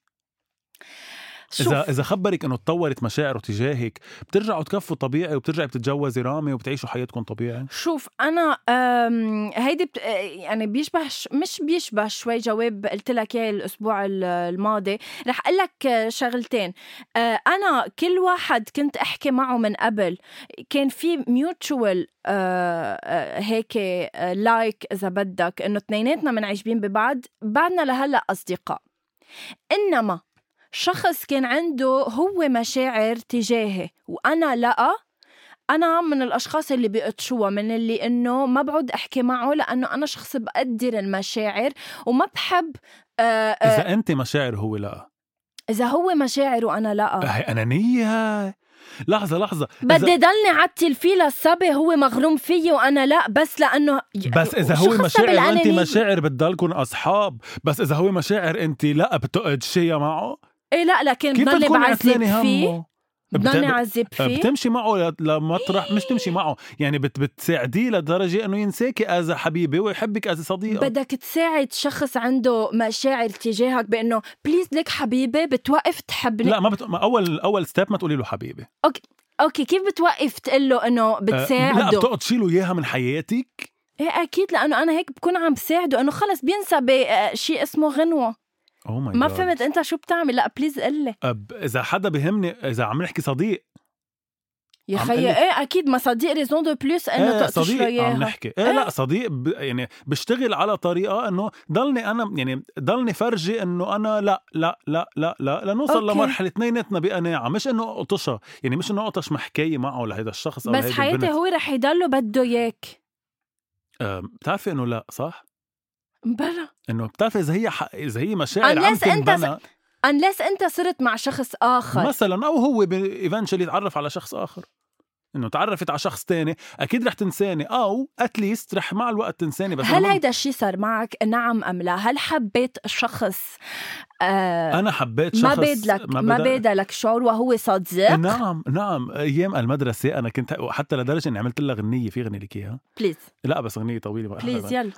[SPEAKER 1] شوف
[SPEAKER 2] اذا اذا خبرك انه تطورت مشاعره تجاهك بترجعوا تكفوا طبيعي وبترجعي بتتجوزي رامي وبتعيشوا حياتكم طبيعي
[SPEAKER 1] شوف انا أم، هيدي بت... آه، يعني بيشبه ش... مش بيشبه شوي جواب قلت لك اياه الاسبوع ال- الماضي رح اقول لك آه، شغلتين آه، انا كل واحد كنت احكي معه من قبل كان في ميوتشوال هيك لايك اذا بدك انه اثنيناتنا منعجبين ببعض بعدنا لهلا اصدقاء انما شخص كان عنده هو مشاعر تجاهي وانا لا انا من الاشخاص اللي بيقطشوها من اللي انه ما بعد احكي معه لانه انا شخص بقدر المشاعر وما بحب آه، آه،
[SPEAKER 2] اذا انت مشاعر هو لا
[SPEAKER 1] اذا هو مشاعر وانا لا
[SPEAKER 2] هي انانيه لحظه لحظه إذا-
[SPEAKER 1] بدي ضلني عتي الفيل للصبي هو مغروم فيي وانا لا بس لانه
[SPEAKER 2] بس اذا
[SPEAKER 1] شو
[SPEAKER 2] هو
[SPEAKER 1] يعني خصها
[SPEAKER 2] مشاعر وانت
[SPEAKER 1] بالأنانية؟
[SPEAKER 2] مشاعر بتضلكم اصحاب بس اذا هو مشاعر انت لا بتقدشيها معه
[SPEAKER 1] ايه لا لكن
[SPEAKER 2] كيف
[SPEAKER 1] بضلني
[SPEAKER 2] بتكون
[SPEAKER 1] بعذب
[SPEAKER 2] عتلانه
[SPEAKER 1] فيه
[SPEAKER 2] همه
[SPEAKER 1] بضلني
[SPEAKER 2] بت-
[SPEAKER 1] اعذب فيه
[SPEAKER 2] بتمشي معه ل- لمطرح
[SPEAKER 1] إيه.
[SPEAKER 2] مش تمشي معه يعني بت بتساعديه لدرجه انه ينساكي از حبيبه ويحبك از صديقه
[SPEAKER 1] بدك تساعد شخص عنده مشاعر تجاهك بانه بليز لك حبيبي بتوقف تحبني
[SPEAKER 2] لا ما, بت... ما اول اول ستيب ما تقولي له حبيبي
[SPEAKER 1] اوكي كيف بتوقف تقول له انه
[SPEAKER 2] أه، لا
[SPEAKER 1] بتساعده
[SPEAKER 2] بتقعد له اياها من حياتك
[SPEAKER 1] ايه اكيد لانه انا هيك بكون عم بساعده انه خلص بينسى بشيء اسمه غنوه
[SPEAKER 2] او ماي
[SPEAKER 1] ما فهمت انت شو بتعمل لا بليز قل لي
[SPEAKER 2] اذا حدا بهمني اذا عم نحكي صديق
[SPEAKER 1] يا
[SPEAKER 2] عم
[SPEAKER 1] خيي
[SPEAKER 2] قلك.
[SPEAKER 1] ايه اكيد ما صديق ريزون دو بلوس انه
[SPEAKER 2] إيه،
[SPEAKER 1] تقطش إيه. له
[SPEAKER 2] صديق عم
[SPEAKER 1] اياها
[SPEAKER 2] نحكي ايه لا صديق ب... يعني بشتغل على طريقه انه ضلني انا يعني ضلني فرجي انه انا لا لا لا لا لا لنوصل
[SPEAKER 1] أوكي.
[SPEAKER 2] أوكي. لمرحله اثنيناتنا بقناعه مش انه اقطشها يعني مش انه اقطش محكيه معه لهيدا الشخص او
[SPEAKER 1] بس
[SPEAKER 2] لهيدي
[SPEAKER 1] حياتي
[SPEAKER 2] البنت
[SPEAKER 1] هو رح يضله بده اياك
[SPEAKER 2] آه، بتعرفي انه لا صح
[SPEAKER 1] بلا
[SPEAKER 2] انه بتعرفي اذا هي ح... اذا هي مشاعر عم
[SPEAKER 1] Unless أنت
[SPEAKER 2] تنبنى
[SPEAKER 1] unless انت صرت مع شخص اخر
[SPEAKER 2] مثلا او هو ايفنشلي يتعرف على شخص اخر انه تعرفت على شخص تاني اكيد رح تنساني او اتليست رح مع الوقت تنساني بس
[SPEAKER 1] هل
[SPEAKER 2] المهم-
[SPEAKER 1] هيدا الشيء صار معك نعم ام لا هل حبيت شخص آه
[SPEAKER 2] انا حبيت شخص
[SPEAKER 1] ما بادلك ما
[SPEAKER 2] بدا-
[SPEAKER 1] بادلك شعور وهو صديق
[SPEAKER 2] نعم نعم ايام المدرسه انا كنت حتى لدرجه اني عملت لها غنيه في غني لك اياها
[SPEAKER 1] بليز
[SPEAKER 2] لا بس غنيه طويله بقى
[SPEAKER 1] بليز يلا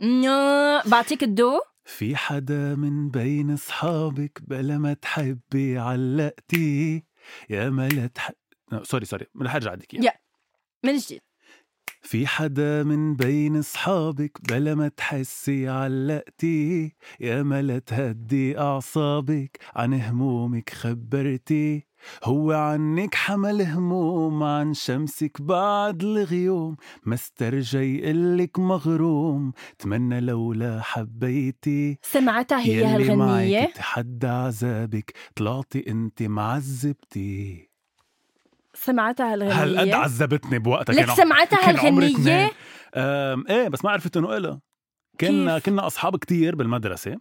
[SPEAKER 1] نيا، بعطيك الدو
[SPEAKER 2] في حدا من بين اصحابك بلا ما تحبي علقتي يا ما لا تح... لا، سوري سوري رح ارجع عندك
[SPEAKER 1] يا. من جديد
[SPEAKER 2] في حدا من بين اصحابك بلا ما تحسي علقتي يا ما لا تهدي اعصابك عن همومك خبرتي هو عنك حمل هموم عن شمسك بعد الغيوم ما استرجى يقلك مغروم تمنى لولا حبيتي
[SPEAKER 1] سمعتها هي
[SPEAKER 2] يلي معك
[SPEAKER 1] هالغنية
[SPEAKER 2] تحدى عذابك طلعتي انت معذبتي
[SPEAKER 1] سمعتها
[SPEAKER 2] هالقد
[SPEAKER 1] هالغنية
[SPEAKER 2] عذبتني بوقتها
[SPEAKER 1] لك
[SPEAKER 2] كان عم-
[SPEAKER 1] سمعتها
[SPEAKER 2] كان عمري
[SPEAKER 1] هالغنية
[SPEAKER 2] اتنين. أم، ايه بس ما عرفت انه إلها كنا
[SPEAKER 1] كيف؟
[SPEAKER 2] كنا اصحاب كتير بالمدرسه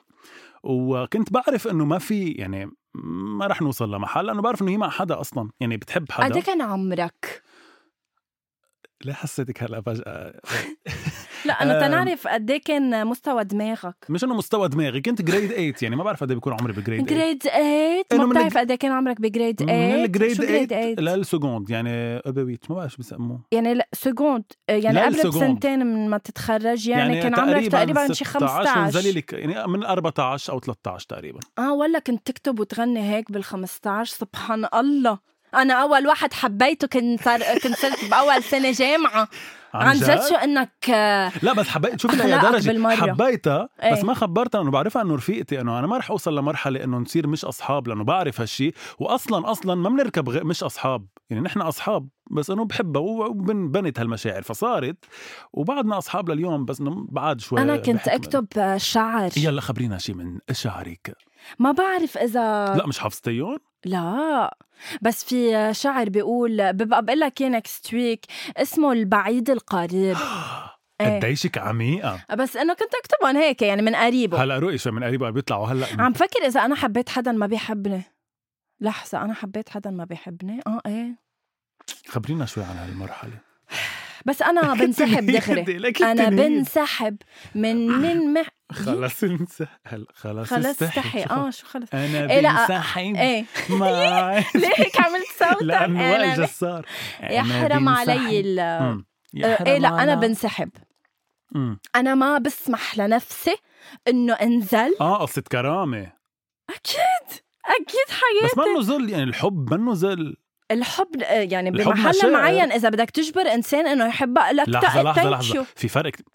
[SPEAKER 2] وكنت بعرف انه ما في يعني ما رح نوصل لمحل لانه بعرف انه هي مع حدا اصلا يعني بتحب حدا
[SPEAKER 1] قد إيه كان عمرك
[SPEAKER 2] ليه حسيتك هلا فجاه
[SPEAKER 1] لا انا
[SPEAKER 2] آم.
[SPEAKER 1] تنعرف قد إيه كان مستوى دماغك
[SPEAKER 2] مش انه مستوى دماغي كنت جريد 8 يعني ما بعرف قد إيه بيكون عمري بجريد 8
[SPEAKER 1] جريد 8
[SPEAKER 2] إنه
[SPEAKER 1] ما
[SPEAKER 2] من
[SPEAKER 1] بتعرف
[SPEAKER 2] الج-
[SPEAKER 1] قد إيه كان عمرك بجريد 8
[SPEAKER 2] من الجريد
[SPEAKER 1] شو جريد
[SPEAKER 2] 8
[SPEAKER 1] 8
[SPEAKER 2] للسكوند يعني أبويت ما بعرف شو بسموه
[SPEAKER 1] يعني لا سكوند يعني
[SPEAKER 2] لا،
[SPEAKER 1] قبل
[SPEAKER 2] السكوند.
[SPEAKER 1] بسنتين من ما تتخرج يعني, كان عمرك تقريبا شي
[SPEAKER 2] 16
[SPEAKER 1] 15
[SPEAKER 2] لك يعني من 14 او 13 تقريبا
[SPEAKER 1] اه ولا كنت تكتب وتغني هيك بال 15 سبحان الله انا اول واحد حبيته كنت صار كنت صرت باول سنه جامعه عن جد شو انك آه،
[SPEAKER 2] لا بس حبيت شوف
[SPEAKER 1] أخلاقك
[SPEAKER 2] لدرجة
[SPEAKER 1] بالمرة.
[SPEAKER 2] حبيتها
[SPEAKER 1] إيه.
[SPEAKER 2] بس ما خبرتها انه بعرفها انه رفيقتي انه انا ما رح اوصل لمرحله انه نصير مش اصحاب لانه بعرف هالشي واصلا اصلا ما بنركب غير مش اصحاب يعني نحن اصحاب بس انه بحبها وبنت هالمشاعر فصارت وبعدنا اصحاب لليوم بس انه بعد شوي
[SPEAKER 1] انا إيه، كنت
[SPEAKER 2] بحكم-
[SPEAKER 1] اكتب آه، شعر
[SPEAKER 2] يلا خبرينا شي من شعرك
[SPEAKER 1] ما بعرف اذا
[SPEAKER 2] لا مش حفظتيهم
[SPEAKER 1] لا بس في شعر بيقول ببقى بقول لك اياه next week اسمه البعيد القريب إيه.
[SPEAKER 2] قديشك عميقه
[SPEAKER 1] بس انه كنت اكتبهم هيك يعني من قريبه
[SPEAKER 2] هلا رؤي شوي من قريبها بيطلعوا هلا
[SPEAKER 1] عم فكر اذا انا حبيت حدا ما بيحبني لحظة أنا حبيت حدا ما بيحبني آه إيه
[SPEAKER 2] خبرينا شوي عن هالمرحله
[SPEAKER 1] بس أنا آه، بنسحب دغري أنا بنسحب من
[SPEAKER 2] آه.
[SPEAKER 1] من مح...
[SPEAKER 2] خلص انسى هلا خلص
[SPEAKER 1] خلص استحي آه شو خلص
[SPEAKER 2] انا
[SPEAKER 1] إيه لا،
[SPEAKER 2] بنسحب
[SPEAKER 1] إيه
[SPEAKER 2] معي
[SPEAKER 1] ليه هيك عملت صوتك
[SPEAKER 2] لانواع
[SPEAKER 1] أنا بن-
[SPEAKER 2] الجسار أنا
[SPEAKER 1] يحرم علي
[SPEAKER 2] بنسحب.
[SPEAKER 1] ال
[SPEAKER 2] مم. يحرم
[SPEAKER 1] إيه لا أنا
[SPEAKER 2] على-
[SPEAKER 1] بنسحب
[SPEAKER 2] مم.
[SPEAKER 1] أنا ما بسمح لنفسي إنه أنزل
[SPEAKER 2] اه قصة كرامة
[SPEAKER 1] أكيد أكيد حياتي
[SPEAKER 2] بس منه ذل يعني الحب منه ذل
[SPEAKER 1] الحب آه، يعني
[SPEAKER 2] الحب
[SPEAKER 1] بمحل
[SPEAKER 2] مشاعر.
[SPEAKER 1] معين إذا بدك تجبر إنسان إنه يحبك لك
[SPEAKER 2] لحظة
[SPEAKER 1] تا-
[SPEAKER 2] لحظة
[SPEAKER 1] thank
[SPEAKER 2] لحظة
[SPEAKER 1] you.
[SPEAKER 2] في فرق كت-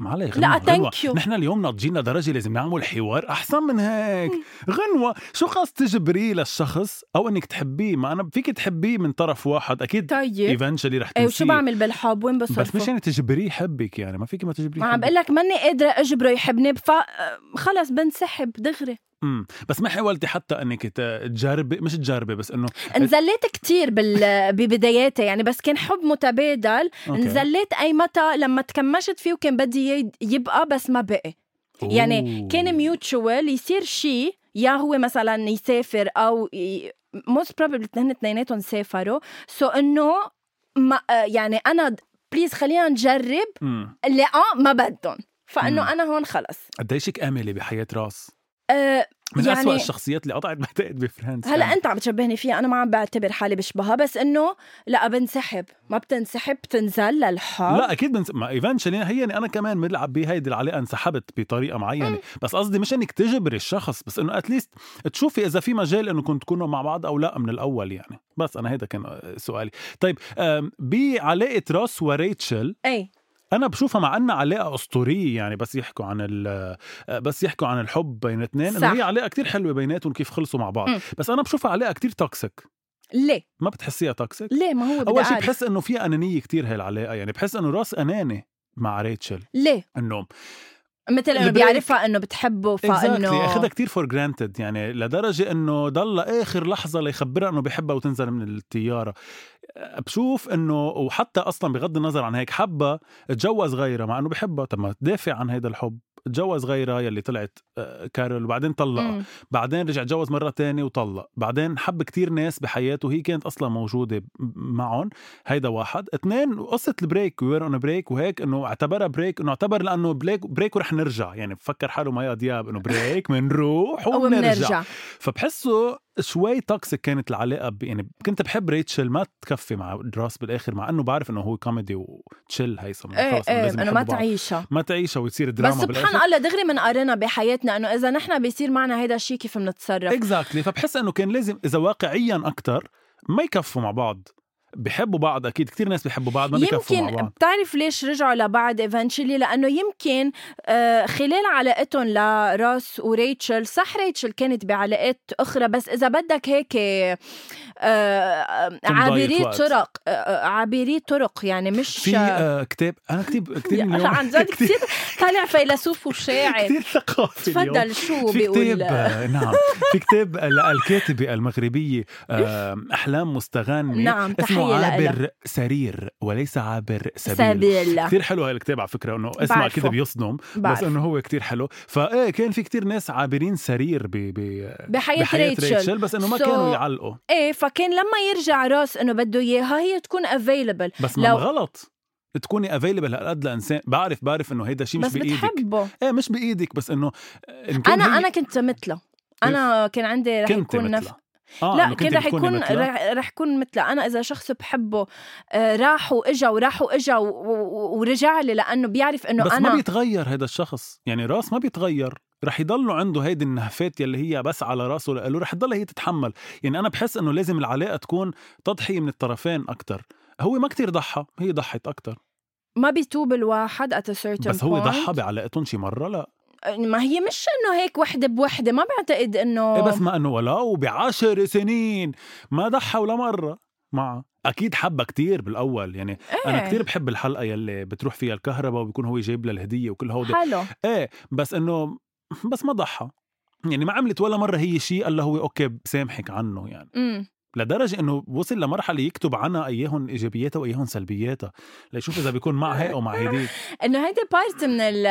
[SPEAKER 2] ما علي غنوة
[SPEAKER 1] لا،
[SPEAKER 2] غنوة.
[SPEAKER 1] thank you.
[SPEAKER 2] نحن اليوم ناضجين لدرجة لازم نعمل حوار أحسن من هيك غنوة شو خاص تجبريه للشخص أو إنك تحبيه ما أنا فيك تحبيه من طرف واحد أكيد
[SPEAKER 1] طيب
[SPEAKER 2] ايفنشلي رح
[SPEAKER 1] إيه
[SPEAKER 2] تنسيه
[SPEAKER 1] وشو بعمل بالحب وين بصرفه؟
[SPEAKER 2] بس مش يعني تجبريه يحبك يعني ما فيك ما تجبريه
[SPEAKER 1] ما عم
[SPEAKER 2] يحبك.
[SPEAKER 1] بقول لك ماني قادره اجبره يحبني ف خلص بنسحب دغري
[SPEAKER 2] امم بس ما حاولتي حتى انك ت- تجربي مش تجربي بس انه
[SPEAKER 1] انزليت كتير بال... ببداياتي يعني بس كان حب متبادل
[SPEAKER 2] أوكي.
[SPEAKER 1] انزليت اي متى لما تكمشت فيه وكان بدي إياه يبقى بس ما بقي يعني
[SPEAKER 2] أوه.
[SPEAKER 1] كان ميوتشوال يصير شيء يا هو مثلا يسافر او موست بروبلي هن اثنيناتهم سافروا سو انه ما يعني انا بليز خلينا نجرب
[SPEAKER 2] امم
[SPEAKER 1] لا ما بدهم
[SPEAKER 2] مم.
[SPEAKER 1] فانه انا هون خلص
[SPEAKER 2] قديش امله بحياه راس
[SPEAKER 1] أه
[SPEAKER 2] من يعني...
[SPEAKER 1] يعني-
[SPEAKER 2] أسوأ الشخصيات اللي قطعت بعتقد بفرنسا
[SPEAKER 1] هلا انت عم تشبهني فيها انا ما عم بعتبر حالي بشبهها بس انه لا بنسحب ما بتنسحب بتنزل للحب
[SPEAKER 2] لا اكيد بنس... ما ايفنشلي هي انا كمان بنلعب بهيدي العلاقه انسحبت بطريقه معينه بس قصدي مش انك تجبري الشخص بس انه اتليست تشوفي اذا في مجال انه كنت تكونوا مع بعض او لا من الاول يعني بس انا هيدا كان آه، سؤالي طيب آم، بعلاقه راس وريتشل
[SPEAKER 1] اي
[SPEAKER 2] انا بشوفها مع انها علاقه اسطوريه يعني بس يحكوا عن ال بس يحكوا عن الحب بين اثنين انه
[SPEAKER 1] صح.
[SPEAKER 2] هي علاقه كتير حلوه بيناتهم كيف خلصوا مع بعض
[SPEAKER 1] مم.
[SPEAKER 2] بس انا بشوفها علاقه كتير توكسيك
[SPEAKER 1] ليه
[SPEAKER 2] ما بتحسيها توكسيك
[SPEAKER 1] ليه ما هو بدي
[SPEAKER 2] اول شيء
[SPEAKER 1] أعرف.
[SPEAKER 2] بحس انه في انانيه كتير هاي العلاقه يعني بحس انه راس اناني مع ريتشل
[SPEAKER 1] ليه
[SPEAKER 2] انه
[SPEAKER 1] مثل انه
[SPEAKER 2] البريك.
[SPEAKER 1] بيعرفها انه بتحبه
[SPEAKER 2] اكزاكتلي
[SPEAKER 1] فانه
[SPEAKER 2] اخذها كتير فور جرانتد يعني لدرجه انه ضل اخر لحظه ليخبرها انه بحبها وتنزل من الطياره أه، بشوف انه وحتى اصلا بغض النظر عن هيك حبها تجوز غيرها مع انه بحبها طب ما تدافع عن هيدا الحب تجوز غيرها يلي طلعت آه، كارول وبعدين طلقها
[SPEAKER 1] مم.
[SPEAKER 2] بعدين رجع تجوز مرة تانية وطلق بعدين حب كتير ناس بحياته هي كانت أصلا موجودة ب- معهم هيدا واحد اثنين قصة البريك وير اون بريك وهيك انه اعتبرها بريك انه اعتبر لانه بريك بريك ورح نرجع يعني بفكر حاله مايا دياب انه بريك بنروح
[SPEAKER 1] أو
[SPEAKER 2] وبنرجع
[SPEAKER 1] بنرجع
[SPEAKER 2] فبحسه شوي توكسيك كانت العلاقه ب... يعني كنت بحب ريتشل ما تكفي مع دراس بالاخر مع انه بعرف انه هو كوميدي وتشيل هيثم
[SPEAKER 1] ايه
[SPEAKER 2] خلص
[SPEAKER 1] ايه
[SPEAKER 2] لازم
[SPEAKER 1] انه ما
[SPEAKER 2] يحبوا بعض.
[SPEAKER 1] تعيشها
[SPEAKER 2] ما تعيشها وتصير
[SPEAKER 1] بس
[SPEAKER 2] دراما
[SPEAKER 1] سبحان الله دغري منقارنها بحياتنا انه اذا نحن بيصير معنا هيدا الشيء كيف بنتصرف
[SPEAKER 2] اكزاكتلي فبحس انه كان لازم اذا واقعيا اكثر ما يكفوا مع بعض بحبوا بعض اكيد كثير ناس بحبوا بعض ما بيكفوا مع
[SPEAKER 1] يمكن
[SPEAKER 2] بعض
[SPEAKER 1] بتعرف ليش رجعوا لبعض ايفنشلي لانه يمكن آه، خلال علاقتهم لراس وريتشل صح ريتشل كانت بعلاقات اخرى بس اذا بدك هيك آه، آه،
[SPEAKER 2] كان ضايق
[SPEAKER 1] عابري
[SPEAKER 2] وقت.
[SPEAKER 1] طرق آه، آه، عابري طرق يعني مش يعني
[SPEAKER 2] في آه كتاب انا كتير كتير اليوم
[SPEAKER 1] عن جد كثير طالع فيلسوف وشاعر
[SPEAKER 2] كثير ثقافي اليوم.
[SPEAKER 1] تفضل شو
[SPEAKER 2] في كتاب
[SPEAKER 1] بيقول
[SPEAKER 2] آه، نعم في كتاب ال- الكاتبة المغربية آه، أحلام مستغنة
[SPEAKER 1] نعم،
[SPEAKER 2] اسمه
[SPEAKER 1] تحية لإلها.
[SPEAKER 2] عابر سرير وليس عابر سبيل
[SPEAKER 1] سبيل
[SPEAKER 2] كثير حلو هاي الكتاب على فكرة انه اسمع
[SPEAKER 1] بعرفه.
[SPEAKER 2] كده بيصدم بس
[SPEAKER 1] بعرف.
[SPEAKER 2] انه هو كتير حلو فايه كان في كتير ناس عابرين سرير ب... ب...
[SPEAKER 1] بحياة ريتشل.
[SPEAKER 2] بس انه ما
[SPEAKER 1] So-
[SPEAKER 2] كانوا يعلقوا
[SPEAKER 1] ايه فكان لما يرجع راس انه بده اياها هي تكون افيلبل
[SPEAKER 2] بس ما
[SPEAKER 1] لو-
[SPEAKER 2] غلط تكوني افيلبل هالقد لانسان بعرف بعرف انه هيدا شيء مش
[SPEAKER 1] بس
[SPEAKER 2] بايدك
[SPEAKER 1] بتحبه
[SPEAKER 2] ايه مش بايدك بس انه إن كان
[SPEAKER 1] انا
[SPEAKER 2] هي-
[SPEAKER 1] انا كنت مثله انا كان عندي رح
[SPEAKER 2] كنت
[SPEAKER 1] يكون نفس
[SPEAKER 2] مثلها آه
[SPEAKER 1] لا
[SPEAKER 2] إنه
[SPEAKER 1] كان
[SPEAKER 2] كنت
[SPEAKER 1] رح
[SPEAKER 2] بتكوني
[SPEAKER 1] يكون
[SPEAKER 2] مثلها؟
[SPEAKER 1] رح, رح يكون مثله انا اذا شخص بحبه آه، راح واجا وراح واجا و- و- ورجع لي لانه بيعرف انه
[SPEAKER 2] بس
[SPEAKER 1] انا
[SPEAKER 2] ما بيتغير هذا الشخص يعني راس ما بيتغير رح يضلوا عنده هيدي النهفات يلي هي بس على راسه لإله رح تضلها هي تتحمل يعني انا بحس انه لازم العلاقه تكون تضحيه من الطرفين اكثر هو ما كتير ضحى هي ضحت اكثر
[SPEAKER 1] ما بيتوب الواحد at a certain
[SPEAKER 2] بس هو
[SPEAKER 1] point. آه،
[SPEAKER 2] ضحى بعلاقتهم شي مره لا
[SPEAKER 1] ما هي مش انه هيك وحده بوحده ما بعتقد انه
[SPEAKER 2] إيه بس ما انه ولو بعشر سنين ما ضحى ولا مره معه اكيد حبها كتير بالاول يعني انا
[SPEAKER 1] إيه.
[SPEAKER 2] كتير بحب الحلقه يلي بتروح فيها الكهرباء وبيكون هو جايب لها الهديه وكل هودي
[SPEAKER 1] حلو
[SPEAKER 2] ايه بس انه بس ما ضحى يعني ما عملت ولا مره هي شيء قال له هو اوكي بسامحك عنه يعني
[SPEAKER 1] امم
[SPEAKER 2] لدرجه انه وصل لمرحله يكتب عنها اياهم ايجابياتها واياها سلبياتها ليشوف اذا بيكون مع هي او مع هديك
[SPEAKER 1] انه هيدي بارت من ال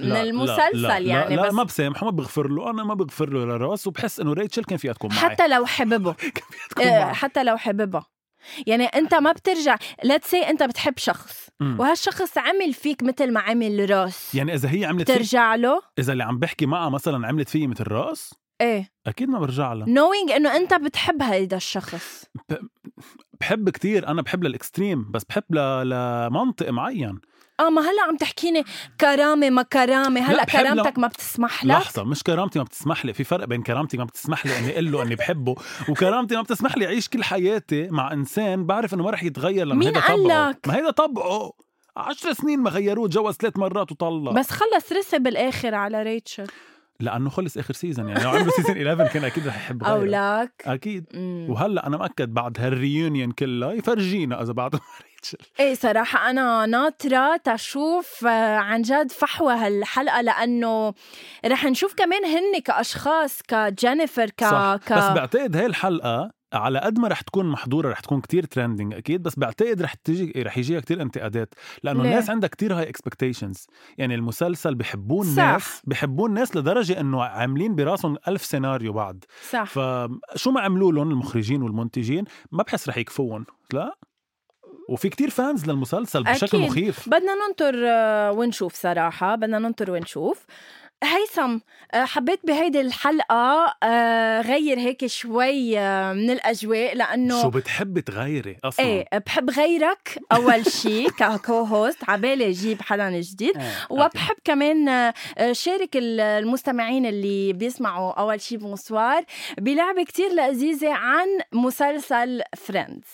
[SPEAKER 1] من
[SPEAKER 2] لا،
[SPEAKER 1] المسلسل
[SPEAKER 2] لا لا
[SPEAKER 1] يعني
[SPEAKER 2] لا, لا
[SPEAKER 1] بس
[SPEAKER 2] ما بسامحه ما بغفر له انا ما بغفر له لراس وبحس انه ريتشل كان فيها تكون معي
[SPEAKER 1] حتى لو حببه
[SPEAKER 2] كان فيها تكون
[SPEAKER 1] آه،
[SPEAKER 2] معي
[SPEAKER 1] حتى لو حببها يعني انت ما بترجع ليتس سي انت بتحب شخص
[SPEAKER 2] مم.
[SPEAKER 1] وهالشخص عمل فيك مثل ما عمل راس
[SPEAKER 2] يعني اذا هي عملت فيه
[SPEAKER 1] ترجع له
[SPEAKER 2] اذا اللي عم بحكي معها مثلا عملت فيي مثل راس
[SPEAKER 1] ايه
[SPEAKER 2] اكيد ما برجع لها
[SPEAKER 1] knowing انه انت بتحب هيدا الشخص
[SPEAKER 2] بحب كتير انا بحب للاكستريم بس بحب ل- لمنطق معين
[SPEAKER 1] اه ما هلا عم تحكيني كرامه ما كرامه هلا
[SPEAKER 2] لا، بحب
[SPEAKER 1] كرامتك
[SPEAKER 2] لو-
[SPEAKER 1] ما بتسمح لك
[SPEAKER 2] لحظة مش كرامتي ما بتسمح لي في فرق بين كرامتي ما بتسمح لي اني اقول له اني بحبه وكرامتي ما بتسمح لي اعيش كل حياتي مع انسان بعرف انه ما رح يتغير لانه
[SPEAKER 1] مين
[SPEAKER 2] هيدا
[SPEAKER 1] قال
[SPEAKER 2] طبعه
[SPEAKER 1] لك؟
[SPEAKER 2] ما هيدا طبعه عشر سنين ما غيروه تجوز ثلاث مرات وطلق
[SPEAKER 1] بس خلص رسي بالاخر على ريتشل
[SPEAKER 2] لانه خلص اخر سيزون يعني لو عملوا سيزون 11 كان اكيد رح يحب
[SPEAKER 1] او
[SPEAKER 2] غيره.
[SPEAKER 1] لك
[SPEAKER 2] اكيد
[SPEAKER 1] مم.
[SPEAKER 2] وهلا انا مأكد بعد هالريونيون كلها يفرجينا اذا بعد ريتشل
[SPEAKER 1] ايه صراحة أنا ناطرة تشوف آه، عن جد فحوى هالحلقة لأنه رح نشوف كمان هن كأشخاص كجينيفر ك
[SPEAKER 2] صح
[SPEAKER 1] ك
[SPEAKER 2] بس بعتقد هاي الحلقة على قد ما رح تكون محضورة رح تكون كتير ترندنج أكيد بس بعتقد رح تجي رح يجيها كتير انتقادات لأنه
[SPEAKER 1] ليه؟
[SPEAKER 2] الناس عندها كتير هاي اكسبكتيشنز يعني المسلسل بحبوه
[SPEAKER 1] صح.
[SPEAKER 2] الناس بحبوه الناس لدرجة إنه عاملين براسهم ألف سيناريو بعد
[SPEAKER 1] صح
[SPEAKER 2] فشو ما عملوا لهم المخرجين والمنتجين ما بحس رح يكفون لا وفي كتير فانز للمسلسل بشكل
[SPEAKER 1] أكيد.
[SPEAKER 2] مخيف
[SPEAKER 1] بدنا ننطر آه، ونشوف صراحة بدنا ننطر ونشوف هيثم آه، حبيت بهيدي الحلقة آه، غير هيك شوي آه، من الأجواء
[SPEAKER 2] شو
[SPEAKER 1] لأنه
[SPEAKER 2] بتحبي تغيري أصلا
[SPEAKER 1] ايه بحب غيرك اول شيء ككو هوست عبالي اجيب حدا جديد
[SPEAKER 2] إيه، أوكي.
[SPEAKER 1] وبحب كمان آه، شارك ال- المستمعين اللي بيسمعوا أول شي بونسوار بلعبة كتير لذيذة عن مسلسل فريندز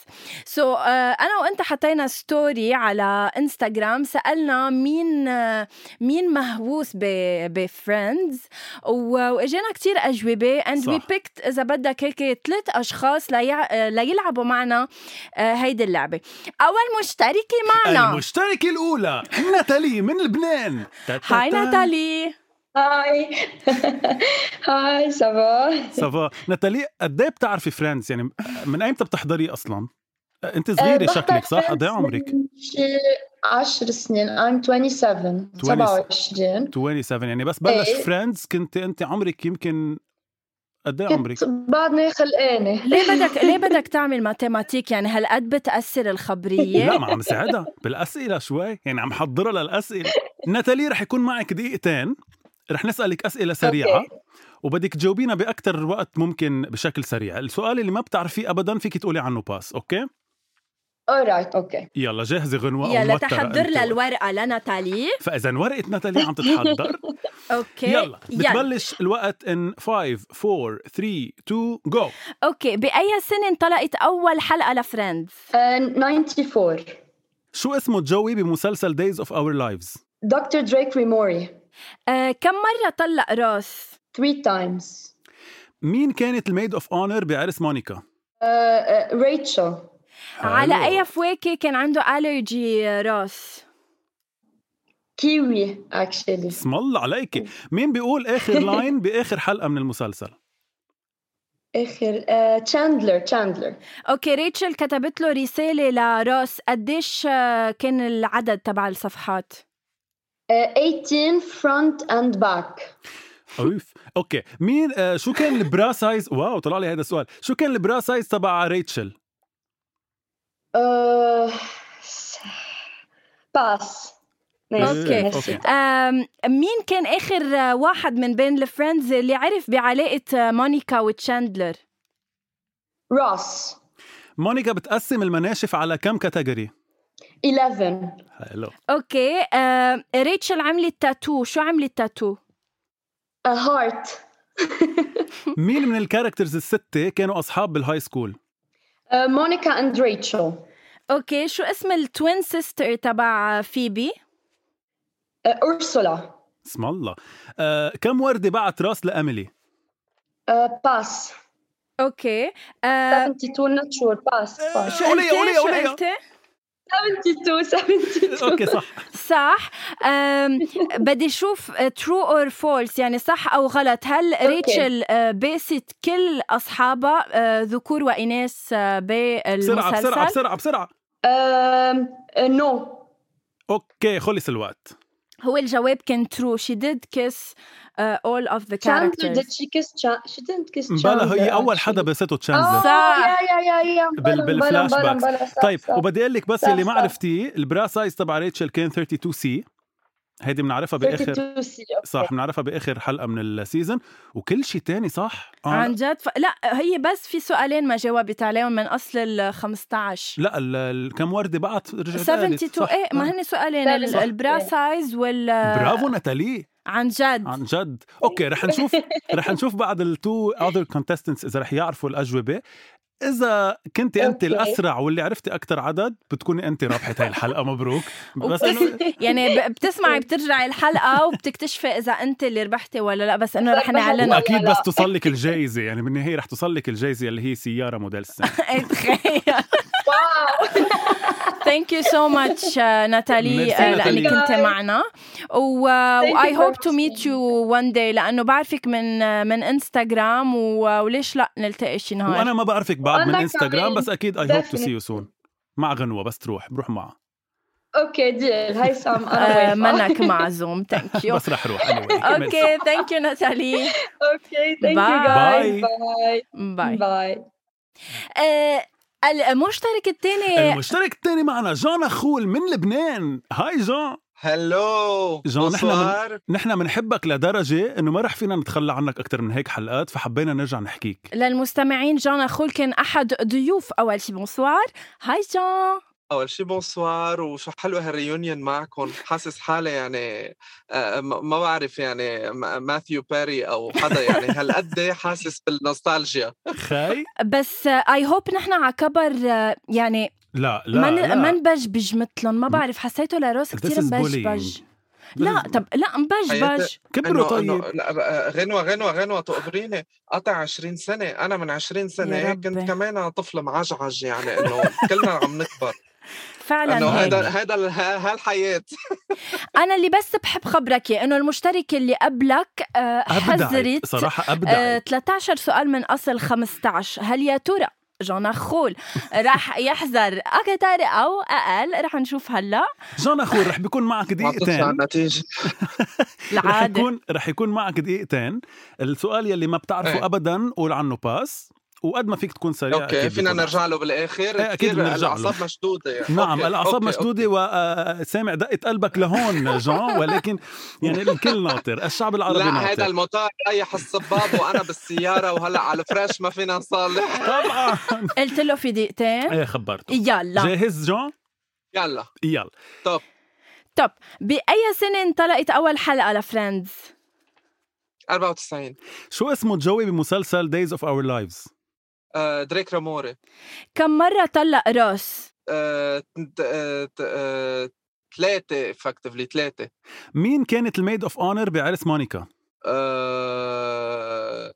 [SPEAKER 1] سو so, آه، أنا وأنت حطينا ستوري على انستغرام سألنا مين آه، مين مهووس بفريندز واجانا كتير أجوبة and
[SPEAKER 2] صح.
[SPEAKER 1] we picked إذا بدك هيك ثلاث أشخاص ليع- آه، ليلعبوا معنا آه، هيدي اللعبة أول مشتركة معنا
[SPEAKER 2] المشتركة الأولى ناتالي من لبنان
[SPEAKER 1] هاي ناتالي
[SPEAKER 3] هاي هاي سافا
[SPEAKER 2] إيه سافا ناتالي قد ايه بتعرفي فريندز يعني من ايمتى بتحضري اصلا
[SPEAKER 3] آه،
[SPEAKER 2] انت
[SPEAKER 3] Eh,
[SPEAKER 2] صغيره شكلك صح قد إيه عمرك
[SPEAKER 3] شي 10 سنين I'm 27 27
[SPEAKER 2] 27 يعني بس بلش
[SPEAKER 3] إيه.
[SPEAKER 2] فريندز كنت انت عمرك يمكن قد ايه عمرك
[SPEAKER 3] كنت بعدني خلقانة
[SPEAKER 1] ليه بدك ليه بدك تعمل ماتيماتيك يعني هالقد بتاثر الخبريه
[SPEAKER 2] لا ما عم ساعدها بالاسئله شوي يعني عم حضرها للاسئله ناتالي رح يكون معك دقيقتين رح نسالك اسئله سريعه
[SPEAKER 3] أوكي.
[SPEAKER 2] وبدك تجاوبينا باكثر وقت ممكن بشكل سريع السؤال اللي ما بتعرفيه ابدا فيك تقولي عنه باس اوكي
[SPEAKER 3] alright اوكي
[SPEAKER 2] يلا جاهزه غنوه أو
[SPEAKER 1] يلا
[SPEAKER 2] موترة
[SPEAKER 1] تحضر
[SPEAKER 2] أنت؟
[SPEAKER 1] لها الورقه لناتالي
[SPEAKER 2] فاذا ورقه ناتالي عم تتحضر
[SPEAKER 1] اوكي
[SPEAKER 2] يلا بتبلش الوقت ان 5 4 3 2 جو
[SPEAKER 1] اوكي باي سنه انطلقت اول حلقه لفريندز
[SPEAKER 3] آه، 94
[SPEAKER 2] شو اسمه جوي بمسلسل دايز اوف اور لايفز
[SPEAKER 3] دكتور دريك ريموري
[SPEAKER 1] آه كم مره طلق روس
[SPEAKER 3] 3 times
[SPEAKER 2] مين كانت الميد اوف اونر بعرس مونيكا
[SPEAKER 3] Uh, ريتشل
[SPEAKER 1] على
[SPEAKER 2] حلو.
[SPEAKER 1] اي فواكه كان عنده الرجي روس
[SPEAKER 3] كيوي اكشلي
[SPEAKER 2] اسم الله عليك مين بيقول اخر لاين باخر حلقه من المسلسل
[SPEAKER 3] اخر تشاندلر تشاندلر
[SPEAKER 1] اوكي ريتشل كتبت له رساله لروس قديش آه، كان العدد تبع الصفحات
[SPEAKER 3] 18 Uh, front and back
[SPEAKER 2] اوف اوكي مين آه شو كان البرا سايز واو طلع لي هذا السؤال شو كان البرا سايز تبع ريتشل
[SPEAKER 3] آه، باس
[SPEAKER 2] Mm,
[SPEAKER 1] أوكي.
[SPEAKER 3] نسيت.
[SPEAKER 1] أم، مين كان اخر آه، واحد من بين الفريندز اللي عرف بعلاقه آه، مونيكا وتشاندلر
[SPEAKER 3] روس
[SPEAKER 2] مونيكا بتقسم المناشف على كم كاتيجوري
[SPEAKER 3] 11
[SPEAKER 2] حلو
[SPEAKER 1] اوكي آه، ريتشل عملت تاتو شو عملت تاتو
[SPEAKER 3] a heart
[SPEAKER 2] مين من الكاركترز الستة كانوا أصحاب بالهاي سكول؟
[SPEAKER 3] آه، مونيكا Uh, and ريتشل
[SPEAKER 1] اوكي شو اسم التوين سيستر تبع آه، فيبي
[SPEAKER 3] آه، أورسولا
[SPEAKER 2] اسم الله آه، كم وردة بعت راس لأميلي؟
[SPEAKER 3] آه، باس
[SPEAKER 1] اوكي آه،
[SPEAKER 3] 72 not sure باس باس
[SPEAKER 1] شو
[SPEAKER 2] قولي-
[SPEAKER 1] قلتي؟
[SPEAKER 2] قولي-
[SPEAKER 1] شو
[SPEAKER 2] قولي.
[SPEAKER 1] قلتي؟
[SPEAKER 3] 72 72
[SPEAKER 2] أوكي صح
[SPEAKER 1] صح أم، بدي اشوف ترو اور فولس يعني صح او غلط هل ريتشل آه، باست كل اصحابها آه، ذكور واناث آه،
[SPEAKER 2] بسرعة بسرعة
[SPEAKER 1] بالمسلسل
[SPEAKER 2] بسرعة بسرعة
[SPEAKER 3] Um, uh, نو
[SPEAKER 2] أوكي خلص الوقت
[SPEAKER 1] هو الجواب كان ترو شي ديد كيس آه، all of the
[SPEAKER 3] تشاندلر
[SPEAKER 1] characters
[SPEAKER 3] did she kiss Chan- she didn't kiss
[SPEAKER 2] مبلا هي
[SPEAKER 3] Chandler,
[SPEAKER 2] أول
[SPEAKER 3] actually. Ah,
[SPEAKER 2] حدا بسيته
[SPEAKER 3] آه،
[SPEAKER 2] تشاندلر
[SPEAKER 1] صح.
[SPEAKER 3] يا- يا- يا- يا،
[SPEAKER 2] بال-
[SPEAKER 3] مبلا- مبلا-
[SPEAKER 2] بالفلاش
[SPEAKER 3] مبلا-
[SPEAKER 2] باكس.
[SPEAKER 3] مبلا، صح-
[SPEAKER 2] طيب
[SPEAKER 3] صح.
[SPEAKER 2] وبدي أقول لك بس
[SPEAKER 3] صح،
[SPEAKER 2] اللي ما
[SPEAKER 3] صح.
[SPEAKER 2] عرفتيه البرا سايز تبع ريتشل كان 32 سي هيدي بنعرفها بآخر
[SPEAKER 3] 32 سي، أوكي.
[SPEAKER 2] صح بنعرفها بآخر حلقة من السيزون وكل شيء تاني صح؟ آه،
[SPEAKER 1] عن جد ف... لا هي بس في سؤالين ما جاوبت عليهم من اصل ال 15
[SPEAKER 2] لا ال- ال- كم وردة بعت رجعت قالت.
[SPEAKER 1] 72
[SPEAKER 2] صح.
[SPEAKER 3] إيه،
[SPEAKER 2] آه.
[SPEAKER 1] ايه ما هن سؤالين ال-
[SPEAKER 3] صح. إيه.
[SPEAKER 1] البرا سايز وال
[SPEAKER 2] برافو ناتالي
[SPEAKER 1] عن جد
[SPEAKER 2] عن جد اوكي رح نشوف رح نشوف بعد التو اذر كونتستنتس اذا رح يعرفوا الاجوبه اذا كنت انت
[SPEAKER 3] أوكي.
[SPEAKER 2] الاسرع واللي عرفتي اكثر عدد بتكوني انت رابحه هاي الحلقه مبروك بس انه
[SPEAKER 1] يعني ب- بتسمعي بترجعي الحلقه وبتكتشفي اذا انت اللي ربحتي ولا لا بس انه رح نعلن
[SPEAKER 2] واكيد
[SPEAKER 3] لا.
[SPEAKER 2] بس توصل لك الجائزه يعني بالنهايه رح توصل لك الجائزه اللي هي سياره موديل السنه
[SPEAKER 1] إيه، تخيل
[SPEAKER 3] واو
[SPEAKER 1] ثانك يو سو ماتش ناتالي
[SPEAKER 2] Merci,
[SPEAKER 1] آه، لانك
[SPEAKER 2] Nathalie.
[SPEAKER 1] كنت معنا
[SPEAKER 3] Thank you
[SPEAKER 1] واي
[SPEAKER 3] for
[SPEAKER 1] هوب تو ميت
[SPEAKER 3] hosting.
[SPEAKER 1] يو وان داي لانه بعرفك من من انستغرام و- وليش لا نلتقي شي نهار
[SPEAKER 2] وانا ما بعرفك بعد من
[SPEAKER 3] وأنا
[SPEAKER 2] انستغرام
[SPEAKER 3] كمان.
[SPEAKER 2] بس اكيد اي هوب تو سي يو
[SPEAKER 3] Definitely.
[SPEAKER 2] سون مع غنوه بس تروح بروح معها
[SPEAKER 3] اوكي ديل هيثم
[SPEAKER 1] آه،
[SPEAKER 3] انا واقفة.
[SPEAKER 1] منك معزوم ثانك يو
[SPEAKER 2] بس رح اروح anyway.
[SPEAKER 1] اوكي ثانك يو ناتالي
[SPEAKER 3] اوكي ثانك
[SPEAKER 1] Bye.
[SPEAKER 3] يو جايز
[SPEAKER 1] باي
[SPEAKER 3] باي باي
[SPEAKER 1] آه، المشترك الثاني
[SPEAKER 2] المشترك الثاني معنا جان اخول من لبنان هاي جان
[SPEAKER 4] هلو
[SPEAKER 2] جون، نحن من-
[SPEAKER 4] نحن
[SPEAKER 2] نحن منحبك لدرجة إنه ما رح فينا نتخلى عنك أكثر من هيك حلقات فحبينا نرجع نحكيك
[SPEAKER 1] للمستمعين جان أخول كان أحد ضيوف أول شي بونسوار هاي جان
[SPEAKER 4] اول شي بونسوار وشو حلوه هالريونيون معكم حاسس حالي يعني آه، م- ما بعرف يعني م- ماثيو باري او حدا يعني هالقد حاسس بالنوستالجيا
[SPEAKER 2] خي
[SPEAKER 1] بس اي هوب نحن على كبر آه، يعني
[SPEAKER 2] لا لا
[SPEAKER 1] ما
[SPEAKER 2] لا.
[SPEAKER 1] ن- ما نبجبج مثلهم ما بعرف حسيته لروس
[SPEAKER 2] This
[SPEAKER 1] كثير
[SPEAKER 2] is
[SPEAKER 1] مبجبج
[SPEAKER 2] bullying.
[SPEAKER 1] لا
[SPEAKER 2] This is-
[SPEAKER 1] طب لا مبجبج
[SPEAKER 2] كبروا
[SPEAKER 4] إنه- إنه-
[SPEAKER 2] طيب
[SPEAKER 4] لا، آه، غنوه غنوه غنوه تقبريني قطع 20 سنه انا من 20 سنه
[SPEAKER 1] يا
[SPEAKER 4] هيك
[SPEAKER 1] ربي.
[SPEAKER 4] كنت كمان طفل معجعج يعني انه كلنا عم نكبر انه
[SPEAKER 1] فعلا هيك.
[SPEAKER 4] هيدا هيدا ال- ه- هالحياه
[SPEAKER 1] انا اللي بس بحب خبرك إياه انه المشترك اللي قبلك آه،
[SPEAKER 2] أبدعت
[SPEAKER 1] حذرت
[SPEAKER 2] صراحة
[SPEAKER 1] آه،
[SPEAKER 2] أبدعت
[SPEAKER 1] 13 سؤال من اصل 15 هل يا ترى جون أخول رح يحذر أكثر أو أقل رح نشوف هلا
[SPEAKER 2] جون اخول رح بيكون معك
[SPEAKER 4] ما بتطلع
[SPEAKER 2] دقيقتين
[SPEAKER 4] النتيجه
[SPEAKER 2] رح
[SPEAKER 1] العادة
[SPEAKER 2] يكون رح يكون معك دقيقتين السؤال يلي ما بتعرفه
[SPEAKER 4] إيه.
[SPEAKER 2] ابدا قول عنه باس وقد ما فيك تكون سريع
[SPEAKER 4] اوكي
[SPEAKER 2] طيب، أكيد
[SPEAKER 4] فينا
[SPEAKER 2] بيكون.
[SPEAKER 4] نرجع له بالاخر
[SPEAKER 2] إيه، أكيد
[SPEAKER 4] كتير
[SPEAKER 2] بنرجع له.
[SPEAKER 4] الاعصاب مشدوده يعني
[SPEAKER 2] نعم
[SPEAKER 4] أوكي،
[SPEAKER 2] الاعصاب
[SPEAKER 4] أوكي،
[SPEAKER 2] مشدوده وسامع دقه آه، قلبك لهون جون ولكن يعني الكل ناطر الشعب العربي
[SPEAKER 4] لا
[SPEAKER 2] ناطر
[SPEAKER 4] هيدا المطار رايح الصباب وانا بالسياره وهلا على الفريش ما فينا نصلح
[SPEAKER 2] طبعا
[SPEAKER 1] قلت له في دقيقتين
[SPEAKER 2] ايه خبرته
[SPEAKER 1] يلا
[SPEAKER 2] جاهز جون
[SPEAKER 4] يلا
[SPEAKER 2] يلا
[SPEAKER 1] طب بأي سنة انطلقت أول حلقة لفريندز؟
[SPEAKER 4] 94
[SPEAKER 2] شو اسمه جوي بمسلسل Days of Our Lives
[SPEAKER 4] آه، دريك راموري
[SPEAKER 1] كم مرة طلق روس؟
[SPEAKER 4] آه، ت- آه، ت- آه، ثلاثة effectively ثلاثة
[SPEAKER 2] مين كانت الميد اوف اونر بعرس مونيكا
[SPEAKER 4] آه،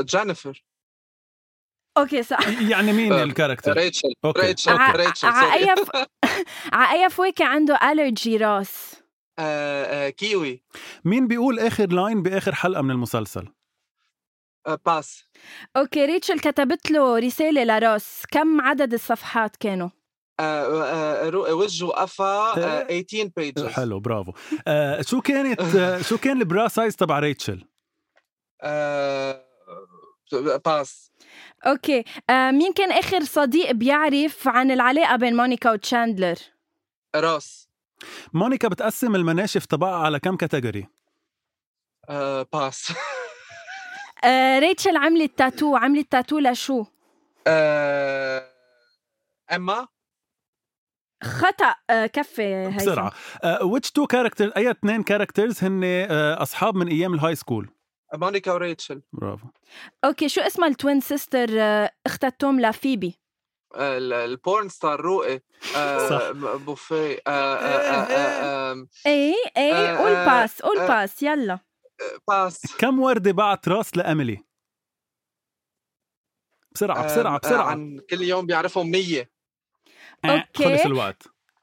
[SPEAKER 4] جينيفر
[SPEAKER 1] أوكي صح
[SPEAKER 2] يعني مين
[SPEAKER 4] آه،
[SPEAKER 2] الكاركتر
[SPEAKER 4] ريتشل
[SPEAKER 2] أوكي.
[SPEAKER 4] ريتشل
[SPEAKER 1] ع-
[SPEAKER 4] ريتشل
[SPEAKER 1] ع-
[SPEAKER 4] sorry.
[SPEAKER 1] أي ف... ع أي فواكه عنده ألرجي روس؟
[SPEAKER 4] آه، آه، كيوي
[SPEAKER 2] مين بيقول اخر لاين باخر حلقه من المسلسل
[SPEAKER 4] آه، باس
[SPEAKER 1] أوكي ريتشل كتبت له رسالة لروس كم عدد الصفحات كانوا؟
[SPEAKER 4] آه، آه، رو- وجه وقفا آه،
[SPEAKER 2] آه.
[SPEAKER 4] 18 pages
[SPEAKER 2] حلو برافو آه شو كانت آه شو كان البرا سايز تبع ريتشل
[SPEAKER 4] آه، باس
[SPEAKER 1] أوكي آه مين كان آخر صديق بيعرف عن العلاقة بين مونيكا وتشاندلر؟
[SPEAKER 4] راس
[SPEAKER 2] مونيكا بتقسم المناشف تبعها على كم كاتيجوري
[SPEAKER 4] آه، باس
[SPEAKER 1] آه ريتشل عملت تاتو عملت تاتو لشو؟
[SPEAKER 4] آه، اما
[SPEAKER 1] خطأ آه كفي هيثم.
[SPEAKER 2] بسرعه ويتش تو كاركتر اي اثنين كاركترز هن آه اصحاب من ايام الهاي سكول
[SPEAKER 4] مونيكا وريتشل
[SPEAKER 2] برافو
[SPEAKER 1] أوكي شو اسمها التوين سيستر آه أختها توم لفيبي؟
[SPEAKER 4] آه، ال- البورن ستار روقي آه،
[SPEAKER 2] صح. إيه.
[SPEAKER 4] م- بوفيه آه، آه، آه، آه، آم،
[SPEAKER 1] إيه إيه
[SPEAKER 4] آه،
[SPEAKER 1] قول
[SPEAKER 4] آه،
[SPEAKER 1] باس قول
[SPEAKER 4] آه.
[SPEAKER 1] باس يلا
[SPEAKER 4] باس
[SPEAKER 2] كم وردة بعت راس لأميلي؟ بسرعة بسرعة
[SPEAKER 4] آم، آه،
[SPEAKER 2] بسرعة
[SPEAKER 4] عن كل يوم بيعرفهم 100
[SPEAKER 2] آه،
[SPEAKER 1] أوكي.
[SPEAKER 2] خلص الوقت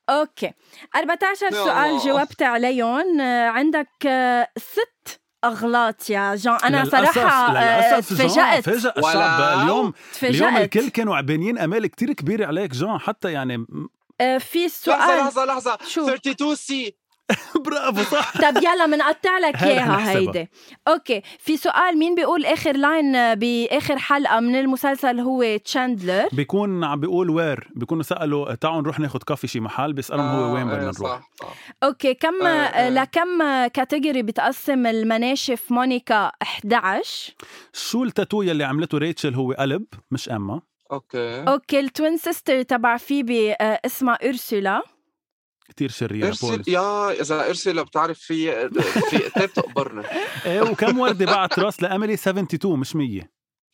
[SPEAKER 1] أوكي 14
[SPEAKER 4] يا
[SPEAKER 1] سؤال
[SPEAKER 4] الله.
[SPEAKER 1] جاوبت عليهم آه عندك آه ست أغلاط يا جون أنا
[SPEAKER 2] للأسف-
[SPEAKER 1] صراحة آه،
[SPEAKER 2] للأسف جون
[SPEAKER 1] تفاجأت
[SPEAKER 2] فاجأ
[SPEAKER 4] ولا-
[SPEAKER 2] الشعب اليوم اليوم
[SPEAKER 1] تفاجأت
[SPEAKER 2] الكل كانوا عبانين امال كتير كبيره عليك جون حتى يعني م-
[SPEAKER 1] آه، في
[SPEAKER 4] لحظة
[SPEAKER 1] سؤال
[SPEAKER 4] لحظة لحظة
[SPEAKER 1] شو؟
[SPEAKER 4] 32 سي
[SPEAKER 2] برافو صح
[SPEAKER 1] طب يلا منقطع لك
[SPEAKER 2] هاي رح
[SPEAKER 1] اياها
[SPEAKER 2] نحسبها.
[SPEAKER 1] هيدي اوكي في سؤال مين بيقول اخر لاين آه، باخر حلقه من المسلسل هو تشاندلر
[SPEAKER 2] بيكون عم بيقول وير بيكونوا سالوا آه، تعالوا نروح ناخذ كافي شي محل بيسالهم هو وين بدنا نروح
[SPEAKER 1] اوكي كم
[SPEAKER 4] آه،
[SPEAKER 1] آه،
[SPEAKER 4] آه.
[SPEAKER 1] لكم كاتيجوري بتقسم المناشف مونيكا 11
[SPEAKER 2] شو التاتو يلي عملته ريتشل هو قلب مش اما
[SPEAKER 4] اوكي
[SPEAKER 1] اوكي التوين سيستر تبع فيبي آه، اسمها اورسولا
[SPEAKER 2] كتير شريره
[SPEAKER 4] ارسل
[SPEAKER 2] بول
[SPEAKER 4] يا اذا ارسل لو بتعرف في في قتاب تقبرنا
[SPEAKER 2] ايه وكم ورده بعت راس لاميلي 72 مش 100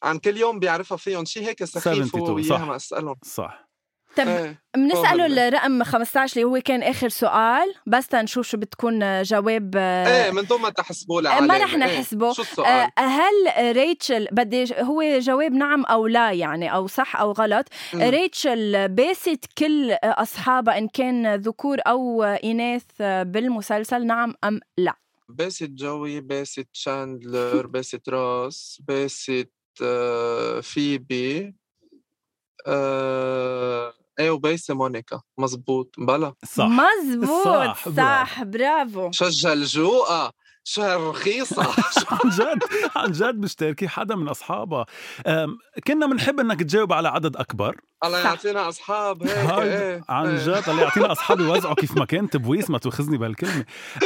[SPEAKER 4] عن كل يوم بيعرفها فيهم شيء هيك سخيف
[SPEAKER 2] 72
[SPEAKER 4] هو
[SPEAKER 2] صح.
[SPEAKER 4] وياها ما اسالهم
[SPEAKER 2] صح
[SPEAKER 1] طب
[SPEAKER 4] إيه.
[SPEAKER 1] بنساله
[SPEAKER 4] هلا.
[SPEAKER 1] الرقم 15 اللي هو كان اخر سؤال بس تنشوف شو بتكون آه، جواب آه،
[SPEAKER 4] ايه من دون ما تحسبوا لي
[SPEAKER 1] ما
[SPEAKER 4] علامة.
[SPEAKER 1] رح
[SPEAKER 4] إيه.
[SPEAKER 1] نحسبه.
[SPEAKER 4] شو
[SPEAKER 1] آه،
[SPEAKER 4] السؤال؟
[SPEAKER 1] هل ريتشل بدي هو جواب نعم او لا يعني او صح او غلط
[SPEAKER 4] مم.
[SPEAKER 1] ريتشل باست كل اصحابها ان كان ذكور او اناث بالمسلسل نعم ام لا
[SPEAKER 4] باست جوي باست شاندلر باست راس باست آه، فيبي آه، ايه وباسة مونيكا مزبوط بلا
[SPEAKER 2] صح
[SPEAKER 1] مزبوط
[SPEAKER 2] صح، برافو.
[SPEAKER 1] صح برافو
[SPEAKER 4] شجع الجوقة شو هالرخيصة
[SPEAKER 2] عن جد عن جد مشتركه حدا من اصحابها أم، كنا بنحب انك تجاوب على عدد اكبر
[SPEAKER 4] الله
[SPEAKER 1] صح.
[SPEAKER 4] يعطينا اصحاب هيك
[SPEAKER 2] هاد
[SPEAKER 4] ايه
[SPEAKER 2] عن
[SPEAKER 4] إيه.
[SPEAKER 2] جد الله يعطينا اصحابي وزعوا كيف ما كان تبويس ما تواخذني بهالكلمه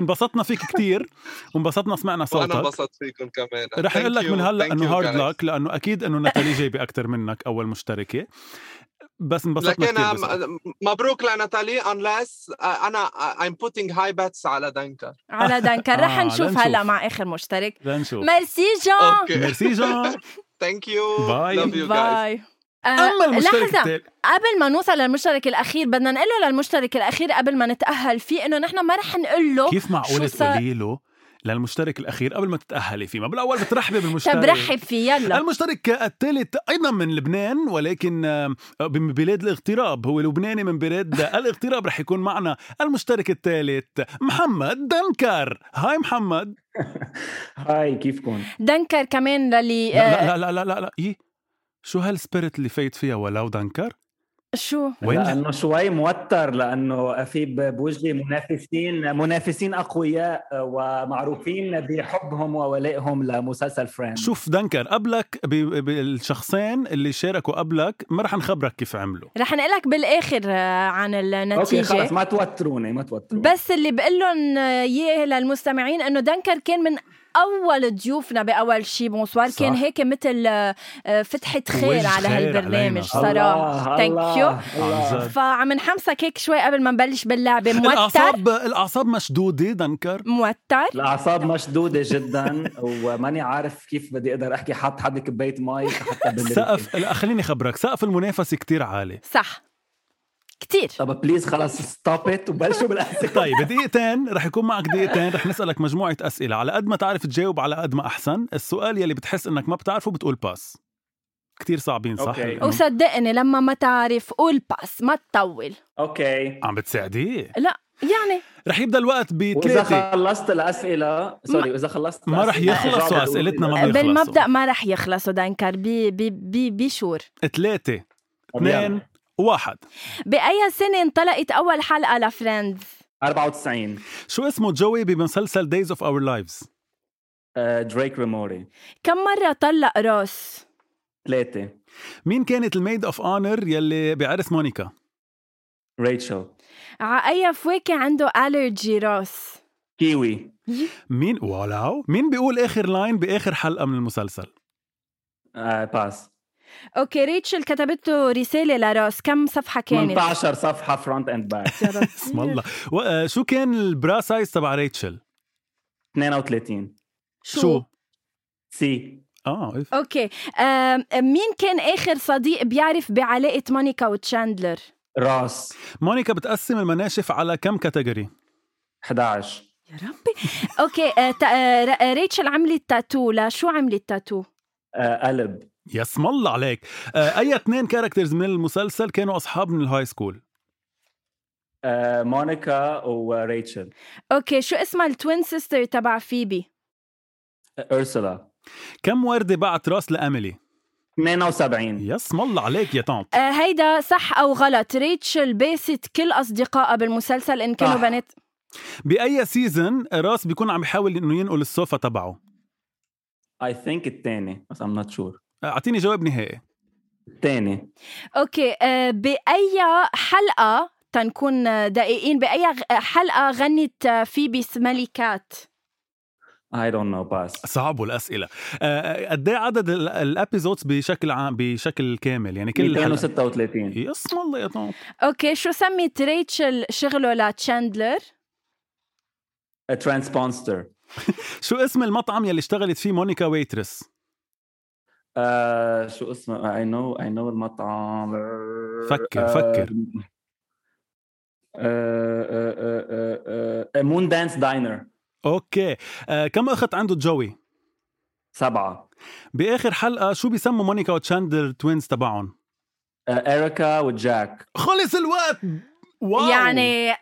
[SPEAKER 2] انبسطنا فيك كتير وانبسطنا سمعنا
[SPEAKER 4] وانا
[SPEAKER 2] صوتك
[SPEAKER 4] انبسطت فيكم كمان
[SPEAKER 2] رح نقول لك
[SPEAKER 4] Thank
[SPEAKER 2] من
[SPEAKER 4] you.
[SPEAKER 2] هلا
[SPEAKER 4] Thank
[SPEAKER 2] انه
[SPEAKER 4] you,
[SPEAKER 2] هارد
[SPEAKER 4] guys.
[SPEAKER 2] لك لانه اكيد انه نتالي جايبه اكثر منك اول مشتركه بس انبسطنا
[SPEAKER 4] لكن
[SPEAKER 2] كثير بصراحة.
[SPEAKER 4] م- مبروك لناتالي unless آه، انا آه، I'm putting high bets على دنكر
[SPEAKER 1] على دنكر رح
[SPEAKER 2] آه،
[SPEAKER 1] نشوف
[SPEAKER 2] لنشوف.
[SPEAKER 1] هلا مع اخر مشترك
[SPEAKER 2] لنشوف
[SPEAKER 1] ميرسي جون
[SPEAKER 4] اوكي
[SPEAKER 2] ميرسي جون
[SPEAKER 4] ثانك يو
[SPEAKER 2] Bye.
[SPEAKER 4] لاف يو جايز
[SPEAKER 1] باي آه،
[SPEAKER 2] اما المشترك
[SPEAKER 1] لحظة
[SPEAKER 2] التالي
[SPEAKER 1] قبل ما نوصل للمشترك الأخير بدنا نقول له للمشترك الأخير قبل ما نتأهل فيه إنه نحن ما رح نقول له
[SPEAKER 2] كيف معقول
[SPEAKER 1] شو صار؟
[SPEAKER 2] تقولي له للمشترك الاخير قبل ما تتاهلي فيه ما بالاول بترحبي بالمشترك
[SPEAKER 1] طب رحب فيه يلا
[SPEAKER 2] المشترك الثالث ايضا من لبنان ولكن آه، من بلاد الاغتراب هو لبناني من بلاد الاغتراب رح يكون معنا المشترك الثالث محمد دنكر هاي محمد
[SPEAKER 5] هاي كيفكم؟
[SPEAKER 1] دنكر كمان للي آه،
[SPEAKER 2] لا لا لا لا لا, لا. إيه؟ شو هالسبيريت اللي فايت فيها ولو دنكر
[SPEAKER 1] شو
[SPEAKER 2] وين
[SPEAKER 5] لانه شوي موتر لانه في ب- بوجهي منافسين منافسين اقوياء ومعروفين بحبهم وولائهم لمسلسل فريندز
[SPEAKER 2] شوف دنكر قبلك ب- بالشخصين اللي شاركوا قبلك ما رح نخبرك كيف عملوا
[SPEAKER 1] رح نقلك بالاخر آه، عن
[SPEAKER 5] اوكي
[SPEAKER 1] النتيجه
[SPEAKER 5] خلص ما توتروني ما توتروني
[SPEAKER 1] بس اللي بقول لهم اياه للمستمعين انه دنكر كان من اول ضيوفنا باول شي بونسوار
[SPEAKER 2] صح.
[SPEAKER 1] كان هيك مثل آه، آه، فتحه خير
[SPEAKER 2] وجه
[SPEAKER 1] على
[SPEAKER 2] خير
[SPEAKER 1] هالبرنامج
[SPEAKER 2] علينا.
[SPEAKER 1] صراحه ثانك يو
[SPEAKER 2] عن جد.
[SPEAKER 1] فعم نحمسك هيك شوي قبل ما نبلش باللعبه موتر
[SPEAKER 2] الاعصاب الاعصاب مشدوده دنكر
[SPEAKER 1] موتر
[SPEAKER 2] نعم.
[SPEAKER 5] الاعصاب مشدوده جدا وماني عارف كيف بدي اقدر احكي حط حد كبايه مي حتى بندرك.
[SPEAKER 2] سقف لا، خليني خبرك سقف المنافسه كتير عالي
[SPEAKER 1] صح كتير
[SPEAKER 5] طب بليز خلص ستوب ات وبلشوا بالاسئله
[SPEAKER 2] طيب دقيقتين رح يكون معك دقيقتين رح نسألك مجموعة أسئلة على قد ما تعرف تجاوب على قد ما أحسن السؤال يلي بتحس إنك ما بتعرفه بتقول باس كتير صعبين صح؟
[SPEAKER 5] أوكي.
[SPEAKER 2] لأنه
[SPEAKER 1] وصدقني لما ما تعرف قول باس ما تطول
[SPEAKER 5] اوكي
[SPEAKER 2] عم بتساعديه
[SPEAKER 1] لا يعني
[SPEAKER 2] رح يبدا الوقت
[SPEAKER 5] واذا
[SPEAKER 2] بثلاثة
[SPEAKER 5] خلصت الاسئله سوري واذا خلصت
[SPEAKER 2] ما رح
[SPEAKER 5] الأسئلة،
[SPEAKER 2] يخلصوا
[SPEAKER 5] جاوبوا.
[SPEAKER 2] أسئلتنا ما بيخلصوا
[SPEAKER 1] بالمبدا ما رح يخلصوا دنكر بي بي بي بشور
[SPEAKER 2] ثلاثة
[SPEAKER 5] طب يلا.
[SPEAKER 2] اثنين واحد
[SPEAKER 1] باي سنه انطلقت اول حلقه لفريندز
[SPEAKER 5] 94
[SPEAKER 2] شو اسمه جوي بمسلسل Days of Our Lives؟
[SPEAKER 5] دريك ريموري
[SPEAKER 1] كم مرة طلق روس؟
[SPEAKER 5] ثلاثة
[SPEAKER 2] مين كانت الميد اوف اونر يلي بعرس مونيكا؟
[SPEAKER 5] ريتشل
[SPEAKER 1] ع أي فواكه عنده ألرجي روس؟
[SPEAKER 5] كيوي
[SPEAKER 2] مين واو مين بيقول اخر لاين باخر حلقة من المسلسل؟
[SPEAKER 5] آه باس
[SPEAKER 1] أوكي ريتشل كتبت له رسالة لروس كم صفحة كانت؟
[SPEAKER 5] 18 صفحه فرونت اند باك
[SPEAKER 1] يا رب.
[SPEAKER 2] اسم الله و- آه، شو كان البرا سايز تبع ريتشل؟
[SPEAKER 5] 32
[SPEAKER 1] شو؟
[SPEAKER 5] سي
[SPEAKER 2] اه إف.
[SPEAKER 1] أوكي آم، مين كان آخر صديق بيعرف بعلاقة مونيكا وتشاندلر؟
[SPEAKER 5] راس
[SPEAKER 2] مونيكا بتقسم المناشف على كم كاتيجوري
[SPEAKER 5] 11
[SPEAKER 1] يا ربي أوكي آه، تا- آه، ر- آه، ريتشل عملت تاتو لشو عملت تاتو؟
[SPEAKER 5] آه قلب
[SPEAKER 2] يا اسم الله عليك آه، اي اثنين كاركترز من المسلسل كانوا اصحاب من الهاي سكول
[SPEAKER 5] آه مونيكا وريتشل
[SPEAKER 1] أوكي شو اسمها التوين سيستر تبع فيبي؟
[SPEAKER 5] آه، ارسلا
[SPEAKER 2] كم وردة بعت راس لأميلي
[SPEAKER 5] 72
[SPEAKER 2] يا اسم الله عليك يا طنط
[SPEAKER 1] آه، هيدا صح أو غلط ريتشل باست كل أصدقائها بالمسلسل إن كانوا
[SPEAKER 5] صح.
[SPEAKER 1] بنات
[SPEAKER 2] باي سيزن راس بيكون عم يحاول انه ينقل السوفا تبعه
[SPEAKER 5] اي ثينك الثاني بس ام نوت شور
[SPEAKER 2] آه، اعطيني جواب نهائي
[SPEAKER 5] الثاني
[SPEAKER 1] اوكي آه، بأي حلقة تنكون آه، دقيقين بأي غ- آه، حلقة غنت آه، فيبي سمالي كات
[SPEAKER 5] اي دونت نو باس
[SPEAKER 2] صعبوا الاسئله آه، قد ايه عدد ال- الابيزودز بشكل عام بشكل كامل يعني كل حلقه
[SPEAKER 5] 236
[SPEAKER 2] يا اسم الله يا طنط
[SPEAKER 1] اوكي شو سمت ريتشل شغله لتشاندلر
[SPEAKER 5] ترانسبونستر
[SPEAKER 2] شو اسم المطعم يلي اشتغلت فيه مونيكا ويترس
[SPEAKER 5] آه شو اسمه اي نو اي نو المطعم
[SPEAKER 2] فكر، فكر.
[SPEAKER 5] آه، مون دانس داينر
[SPEAKER 2] اوكي آه، كم اخت عنده جوي
[SPEAKER 5] سبعة
[SPEAKER 2] باخر حلقه شو بيسموا مونيكا وتشاندلر توينز تبعهم
[SPEAKER 5] آه، اريكا وجاك
[SPEAKER 2] خلص الوقت واو
[SPEAKER 1] يعني آه،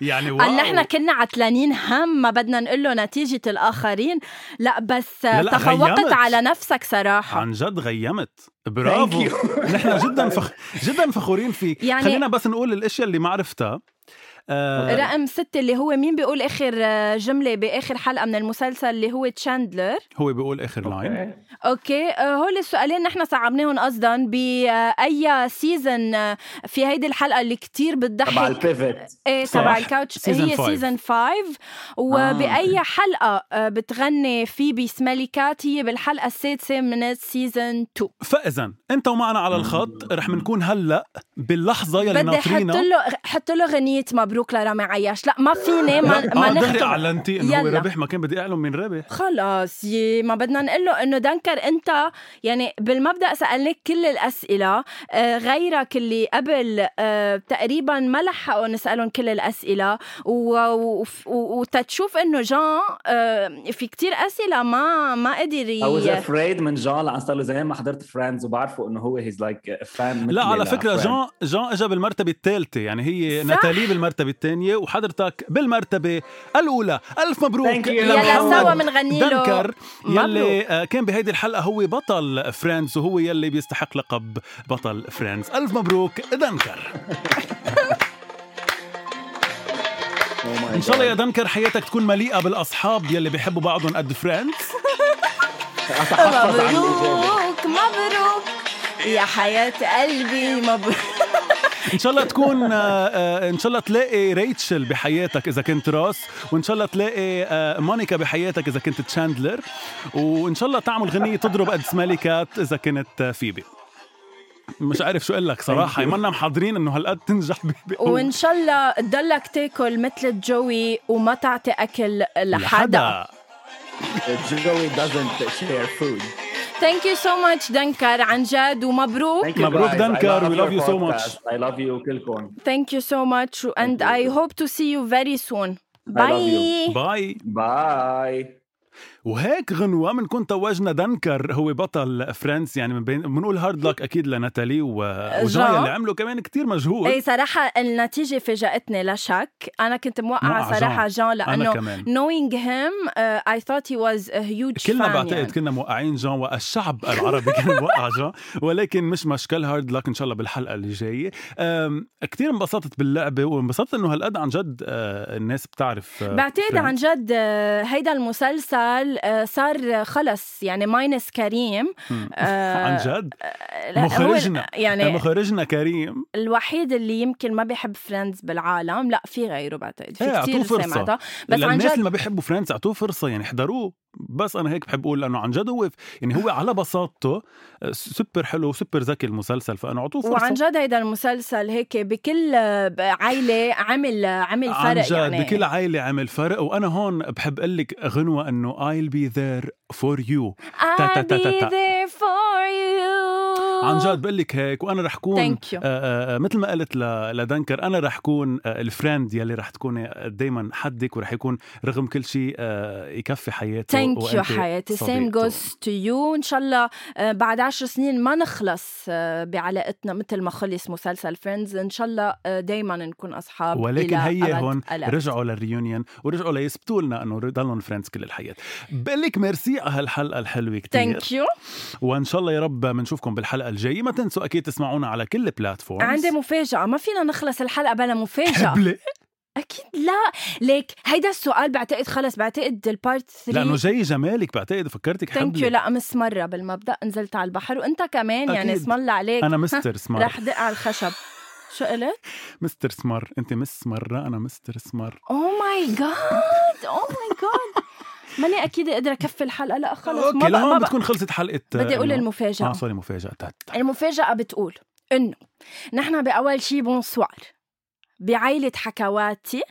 [SPEAKER 2] يعني واو
[SPEAKER 1] قال نحن كنا عتلانين هم ما بدنا نقول له نتيجة الآخرين لا بس آه،
[SPEAKER 2] لا، لا،
[SPEAKER 1] تفوقت
[SPEAKER 2] غيمت.
[SPEAKER 1] على نفسك صراحة
[SPEAKER 2] عن جد غيمت
[SPEAKER 5] ثانك
[SPEAKER 2] برافو
[SPEAKER 5] يو
[SPEAKER 2] نحن جدا فخ... جدا فخورين فيك
[SPEAKER 1] يعني-
[SPEAKER 2] يعني... خلينا بس نقول الاشياء اللي ما عرفتها آه...
[SPEAKER 1] رقم ستة اللي هو مين بيقول آخر آه، جملة بآخر حلقة من المسلسل اللي هو تشاندلر
[SPEAKER 2] هو بيقول اخر لاين
[SPEAKER 1] اوكي آه، هول السؤالين نحن صعبناهم قصدا باي سيزون آه، في هيدي الحلقه اللي كتير
[SPEAKER 5] تبع
[SPEAKER 1] بتضحك
[SPEAKER 5] البيفت
[SPEAKER 1] ايه
[SPEAKER 2] صح.
[SPEAKER 1] تبع الكاوتش
[SPEAKER 2] Season
[SPEAKER 1] هي
[SPEAKER 2] five.
[SPEAKER 1] سيزون 5 وباي حلقه آه، بتغني فيبي سمالي كات هي بالحلقه السادسه من سيزون 2
[SPEAKER 2] فاذا انت ومعنا على الخط رح بنكون هلا باللحظه يلي
[SPEAKER 1] بدي احط
[SPEAKER 2] ناطرينا
[SPEAKER 1] له حط له غنيه ما مبروك لرامي عياش لا ما فيني ما, ما
[SPEAKER 2] آه، دغري
[SPEAKER 1] نختم
[SPEAKER 2] اعلنتي انه هو
[SPEAKER 1] يلا.
[SPEAKER 2] ربح ما كان بدي اعلن من ربح
[SPEAKER 1] خلاص يي ما بدنا نقول له انه دنكر انت يعني بالمبدا سالناك كل الاسئله آه، غيرك اللي قبل آه، تقريبا ما لحقوا نسالهم كل الاسئله و- و- و- وتتشوف انه جان آه، في كتير اسئله ما ما قدر
[SPEAKER 5] I was
[SPEAKER 1] ي-
[SPEAKER 5] afraid من جان لان صار له زمان ما حضرت فريندز وبعرفه انه هو هيز لايك فان
[SPEAKER 2] لا على فكره جان جان اجى بالمرتبه الثالثه يعني هي
[SPEAKER 1] صح.
[SPEAKER 2] ناتالي بالمرتبه الثانيه وحضرتك بالمرتبه الاولى الف مبروك
[SPEAKER 5] Thank you.
[SPEAKER 1] يلا
[SPEAKER 2] لمحمد
[SPEAKER 1] سوا بنغني له
[SPEAKER 2] دنكر يلي آه، كان بهيدي الحلقه هو بطل فريندز وهو يلي بيستحق لقب بطل فريندز الف مبروك دنكر
[SPEAKER 5] Oh
[SPEAKER 2] ان شاء الله يا دنكر حياتك تكون مليئه بالاصحاب يلي بيحبوا بعضهم قد فريندز
[SPEAKER 5] اتحفظ عن الاجابه
[SPEAKER 1] مبروك مبروك يا حياة قلبي مبروك
[SPEAKER 2] ان شاء الله تكون آه، آه، ان شاء الله تلاقي ريتشل بحياتك اذا كنت راس وان شاء الله تلاقي آه، مونيكا بحياتك اذا كنت تشاندلر وان شاء الله تعمل غنيه تضرب قد سماليكات اذا كنت آه، فيبي مش عارف شو اقول لك صراحه منا محضرين انه هالقد تنجح ب- ب-
[SPEAKER 1] وان شاء الله تضلك تاكل مثل جوي وما تعطي اكل لحدا
[SPEAKER 5] جوي doesn't share food
[SPEAKER 1] ثانك يو سو ماتش دنكر عن جد ومبروك
[SPEAKER 5] Thank you
[SPEAKER 2] مبروك
[SPEAKER 5] guys. I
[SPEAKER 2] دنكر.
[SPEAKER 5] love
[SPEAKER 2] We love
[SPEAKER 5] your
[SPEAKER 2] you so
[SPEAKER 5] podcast. I love you كلكم
[SPEAKER 1] ثانك يو سو ماتش اند
[SPEAKER 5] you.
[SPEAKER 1] اي هوب تو سي يو فيري سون باي
[SPEAKER 5] you.
[SPEAKER 2] باي
[SPEAKER 5] باي
[SPEAKER 2] وهيك غنوه بنكون توجنا دنكر هو بطل فرنس يعني من بين بنقول هارد لك اكيد لناتالي و... وجايا اللي عمله كمان كتير مجهود
[SPEAKER 1] اي صراحة النتيجة فاجأتني لا شك، أنا كنت موقعة
[SPEAKER 2] موقعة
[SPEAKER 1] صراحة جان
[SPEAKER 2] انا
[SPEAKER 1] لأنه
[SPEAKER 2] كمان
[SPEAKER 1] knowing him uh, I thought he was a huge
[SPEAKER 2] كلنا
[SPEAKER 1] fan
[SPEAKER 2] بعتقد
[SPEAKER 1] يعني.
[SPEAKER 2] كنا موقعين جان والشعب العربي كان موقع جان ولكن مش مشكل هارد لك ان شاء الله بالحلقه اللي جايه أم، كتير انبسطت باللعبه وانبسطت انه هالقد عن جد أه، الناس بتعرف أه،
[SPEAKER 1] بعتقد
[SPEAKER 2] فريندز.
[SPEAKER 1] عن جد آه، هيدا المسلسل آه، صار آه، خلص يعني ماينس كريم
[SPEAKER 2] مم.
[SPEAKER 1] آه،
[SPEAKER 2] عن جد
[SPEAKER 1] آه، لا، هو
[SPEAKER 2] مخرجنا.
[SPEAKER 1] يعني
[SPEAKER 2] مخرجنا كريم
[SPEAKER 1] الوحيد اللي يمكن ما بيحب فريندز بالعالم لا في غيره بعتقد
[SPEAKER 2] إيه،
[SPEAKER 1] في
[SPEAKER 2] أعطوه
[SPEAKER 1] كثير
[SPEAKER 2] فرصة.
[SPEAKER 1] سمعتها بس عن
[SPEAKER 2] للناس
[SPEAKER 1] جد
[SPEAKER 2] اللي ما بيحبوا فريندز اعطوه فرصه يعني احضروه بس انا هيك بحب اقول لانه عن جد هو يعني هو على بساطته أه، سوبر حلو وسوبر ذكي المسلسل فانا اعطوه فرصه
[SPEAKER 1] وعن جد هيدا المسلسل هيك بكل آه، ب- عيلة عمل عمل فرق
[SPEAKER 2] عن جد
[SPEAKER 1] يعني
[SPEAKER 2] بكل عائلة عمل فرق وأنا هون بحب أقول لك غنوة إنه I'll be there for you تا- تا-
[SPEAKER 1] I'll
[SPEAKER 2] تا-
[SPEAKER 1] be
[SPEAKER 2] تا- تا.
[SPEAKER 1] there for you
[SPEAKER 2] عن جد بقول لك هيك وأنا رح كون
[SPEAKER 1] Thank you.
[SPEAKER 2] آه، آه، مثل ما قلت ل- لدنكر أنا رح كون آه، الفريند يلي رح تكوني دايما حدك ورح يكون رغم كل شيء آه، يكفي حياته
[SPEAKER 1] ثانك يو
[SPEAKER 2] وأنت
[SPEAKER 1] حياتي سيم
[SPEAKER 2] صديقته.
[SPEAKER 1] جوز تو يو ان شاء الله آه، بعد عشر سنين ما نخلص آه، بعلاقتنا مثل ما خلص مسلسل فريندز ان شاء الله دائما نكون اصحاب إلى
[SPEAKER 2] ولكن هي
[SPEAKER 1] أبد
[SPEAKER 2] هون
[SPEAKER 1] الأبد.
[SPEAKER 2] رجعوا للريونيون ورجعوا ليثبتوا لنا انه ضلهم فريندز كل الحياه. بقول لك ميرسي على هالحلقه الحلوه كثير
[SPEAKER 1] ثانك يو
[SPEAKER 2] وان شاء الله يا رب بنشوفكم بالحلقه الجايه ما تنسوا اكيد تسمعونا على كل البلاتفورمز
[SPEAKER 1] عندي مفاجأة ما فينا نخلص الحلقة بلا مفاجأة
[SPEAKER 2] حبلة
[SPEAKER 1] أكيد لا ليك هيدا السؤال بعتقد خلص بعتقد البارت 3
[SPEAKER 2] لانه جاي جمالك بعتقد فكرتك
[SPEAKER 1] ثانك يو
[SPEAKER 2] حبلة
[SPEAKER 1] لا أمس مرة بالمبدأ نزلت على البحر وأنت كمان يعني
[SPEAKER 2] أكيد.
[SPEAKER 1] اسم الله عليك
[SPEAKER 2] انا مستر سمر
[SPEAKER 1] رح دق على الخشب شو قلت؟
[SPEAKER 2] مستر سمر انت مس مره انا مستر سمر
[SPEAKER 1] اوه ماي جاد اوه ماي جاد oh ماني اكيد قادره اكفي الحلقه لا خلص
[SPEAKER 2] اوكي
[SPEAKER 1] ما بقى ما آه،
[SPEAKER 2] لهون
[SPEAKER 1] بقى
[SPEAKER 2] بتكون خلصت حلقه
[SPEAKER 1] بدي اقول
[SPEAKER 2] إنه-
[SPEAKER 1] المفاجاه
[SPEAKER 2] اه سوري مفاجاه تا- تا-
[SPEAKER 1] المفاجاه بتقول انه نحن باول شي بونسوار بعائله حكواتي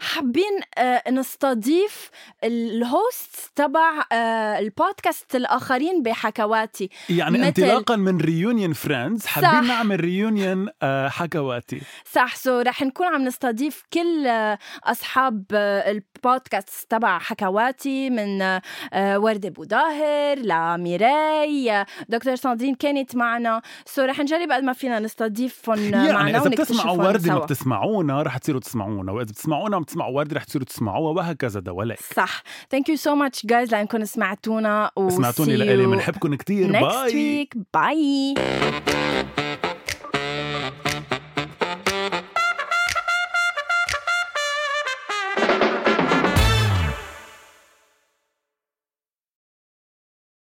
[SPEAKER 1] حابين آه، نستضيف الهوست تبع آه، البودكاست الاخرين بحكواتي
[SPEAKER 2] يعني
[SPEAKER 1] إيه، مثل-
[SPEAKER 2] انطلاقا من ريونيون فريندز حابين
[SPEAKER 1] صح.
[SPEAKER 2] نعمل ريونيون حكواتي
[SPEAKER 1] صح سو رح نكون عم نستضيف كل آه، اصحاب آه، البودكاست تبع حكواتي من آه، ورده بوداهر لميراي آه، دكتور ساندرين كانت معنا سو رح نجرب قد ما فينا نستضيفهم
[SPEAKER 2] يعني
[SPEAKER 1] معنا
[SPEAKER 2] اذا بتسمعوا
[SPEAKER 1] ونكتشفهم
[SPEAKER 2] وردة ما
[SPEAKER 1] سوا.
[SPEAKER 2] بتسمعونا رح تصيروا تسمعونا واذا بتسمعونا عم تسمعوا وردة رح تصيروا تسمعوها وهكذا دواليك
[SPEAKER 1] صح ثانك يو سو ماتش جايز لانكم سمعتونا و
[SPEAKER 2] سمعتوني
[SPEAKER 1] see
[SPEAKER 2] لإلي
[SPEAKER 1] you
[SPEAKER 2] بنحبكم كثير
[SPEAKER 1] next
[SPEAKER 2] باي
[SPEAKER 1] week باي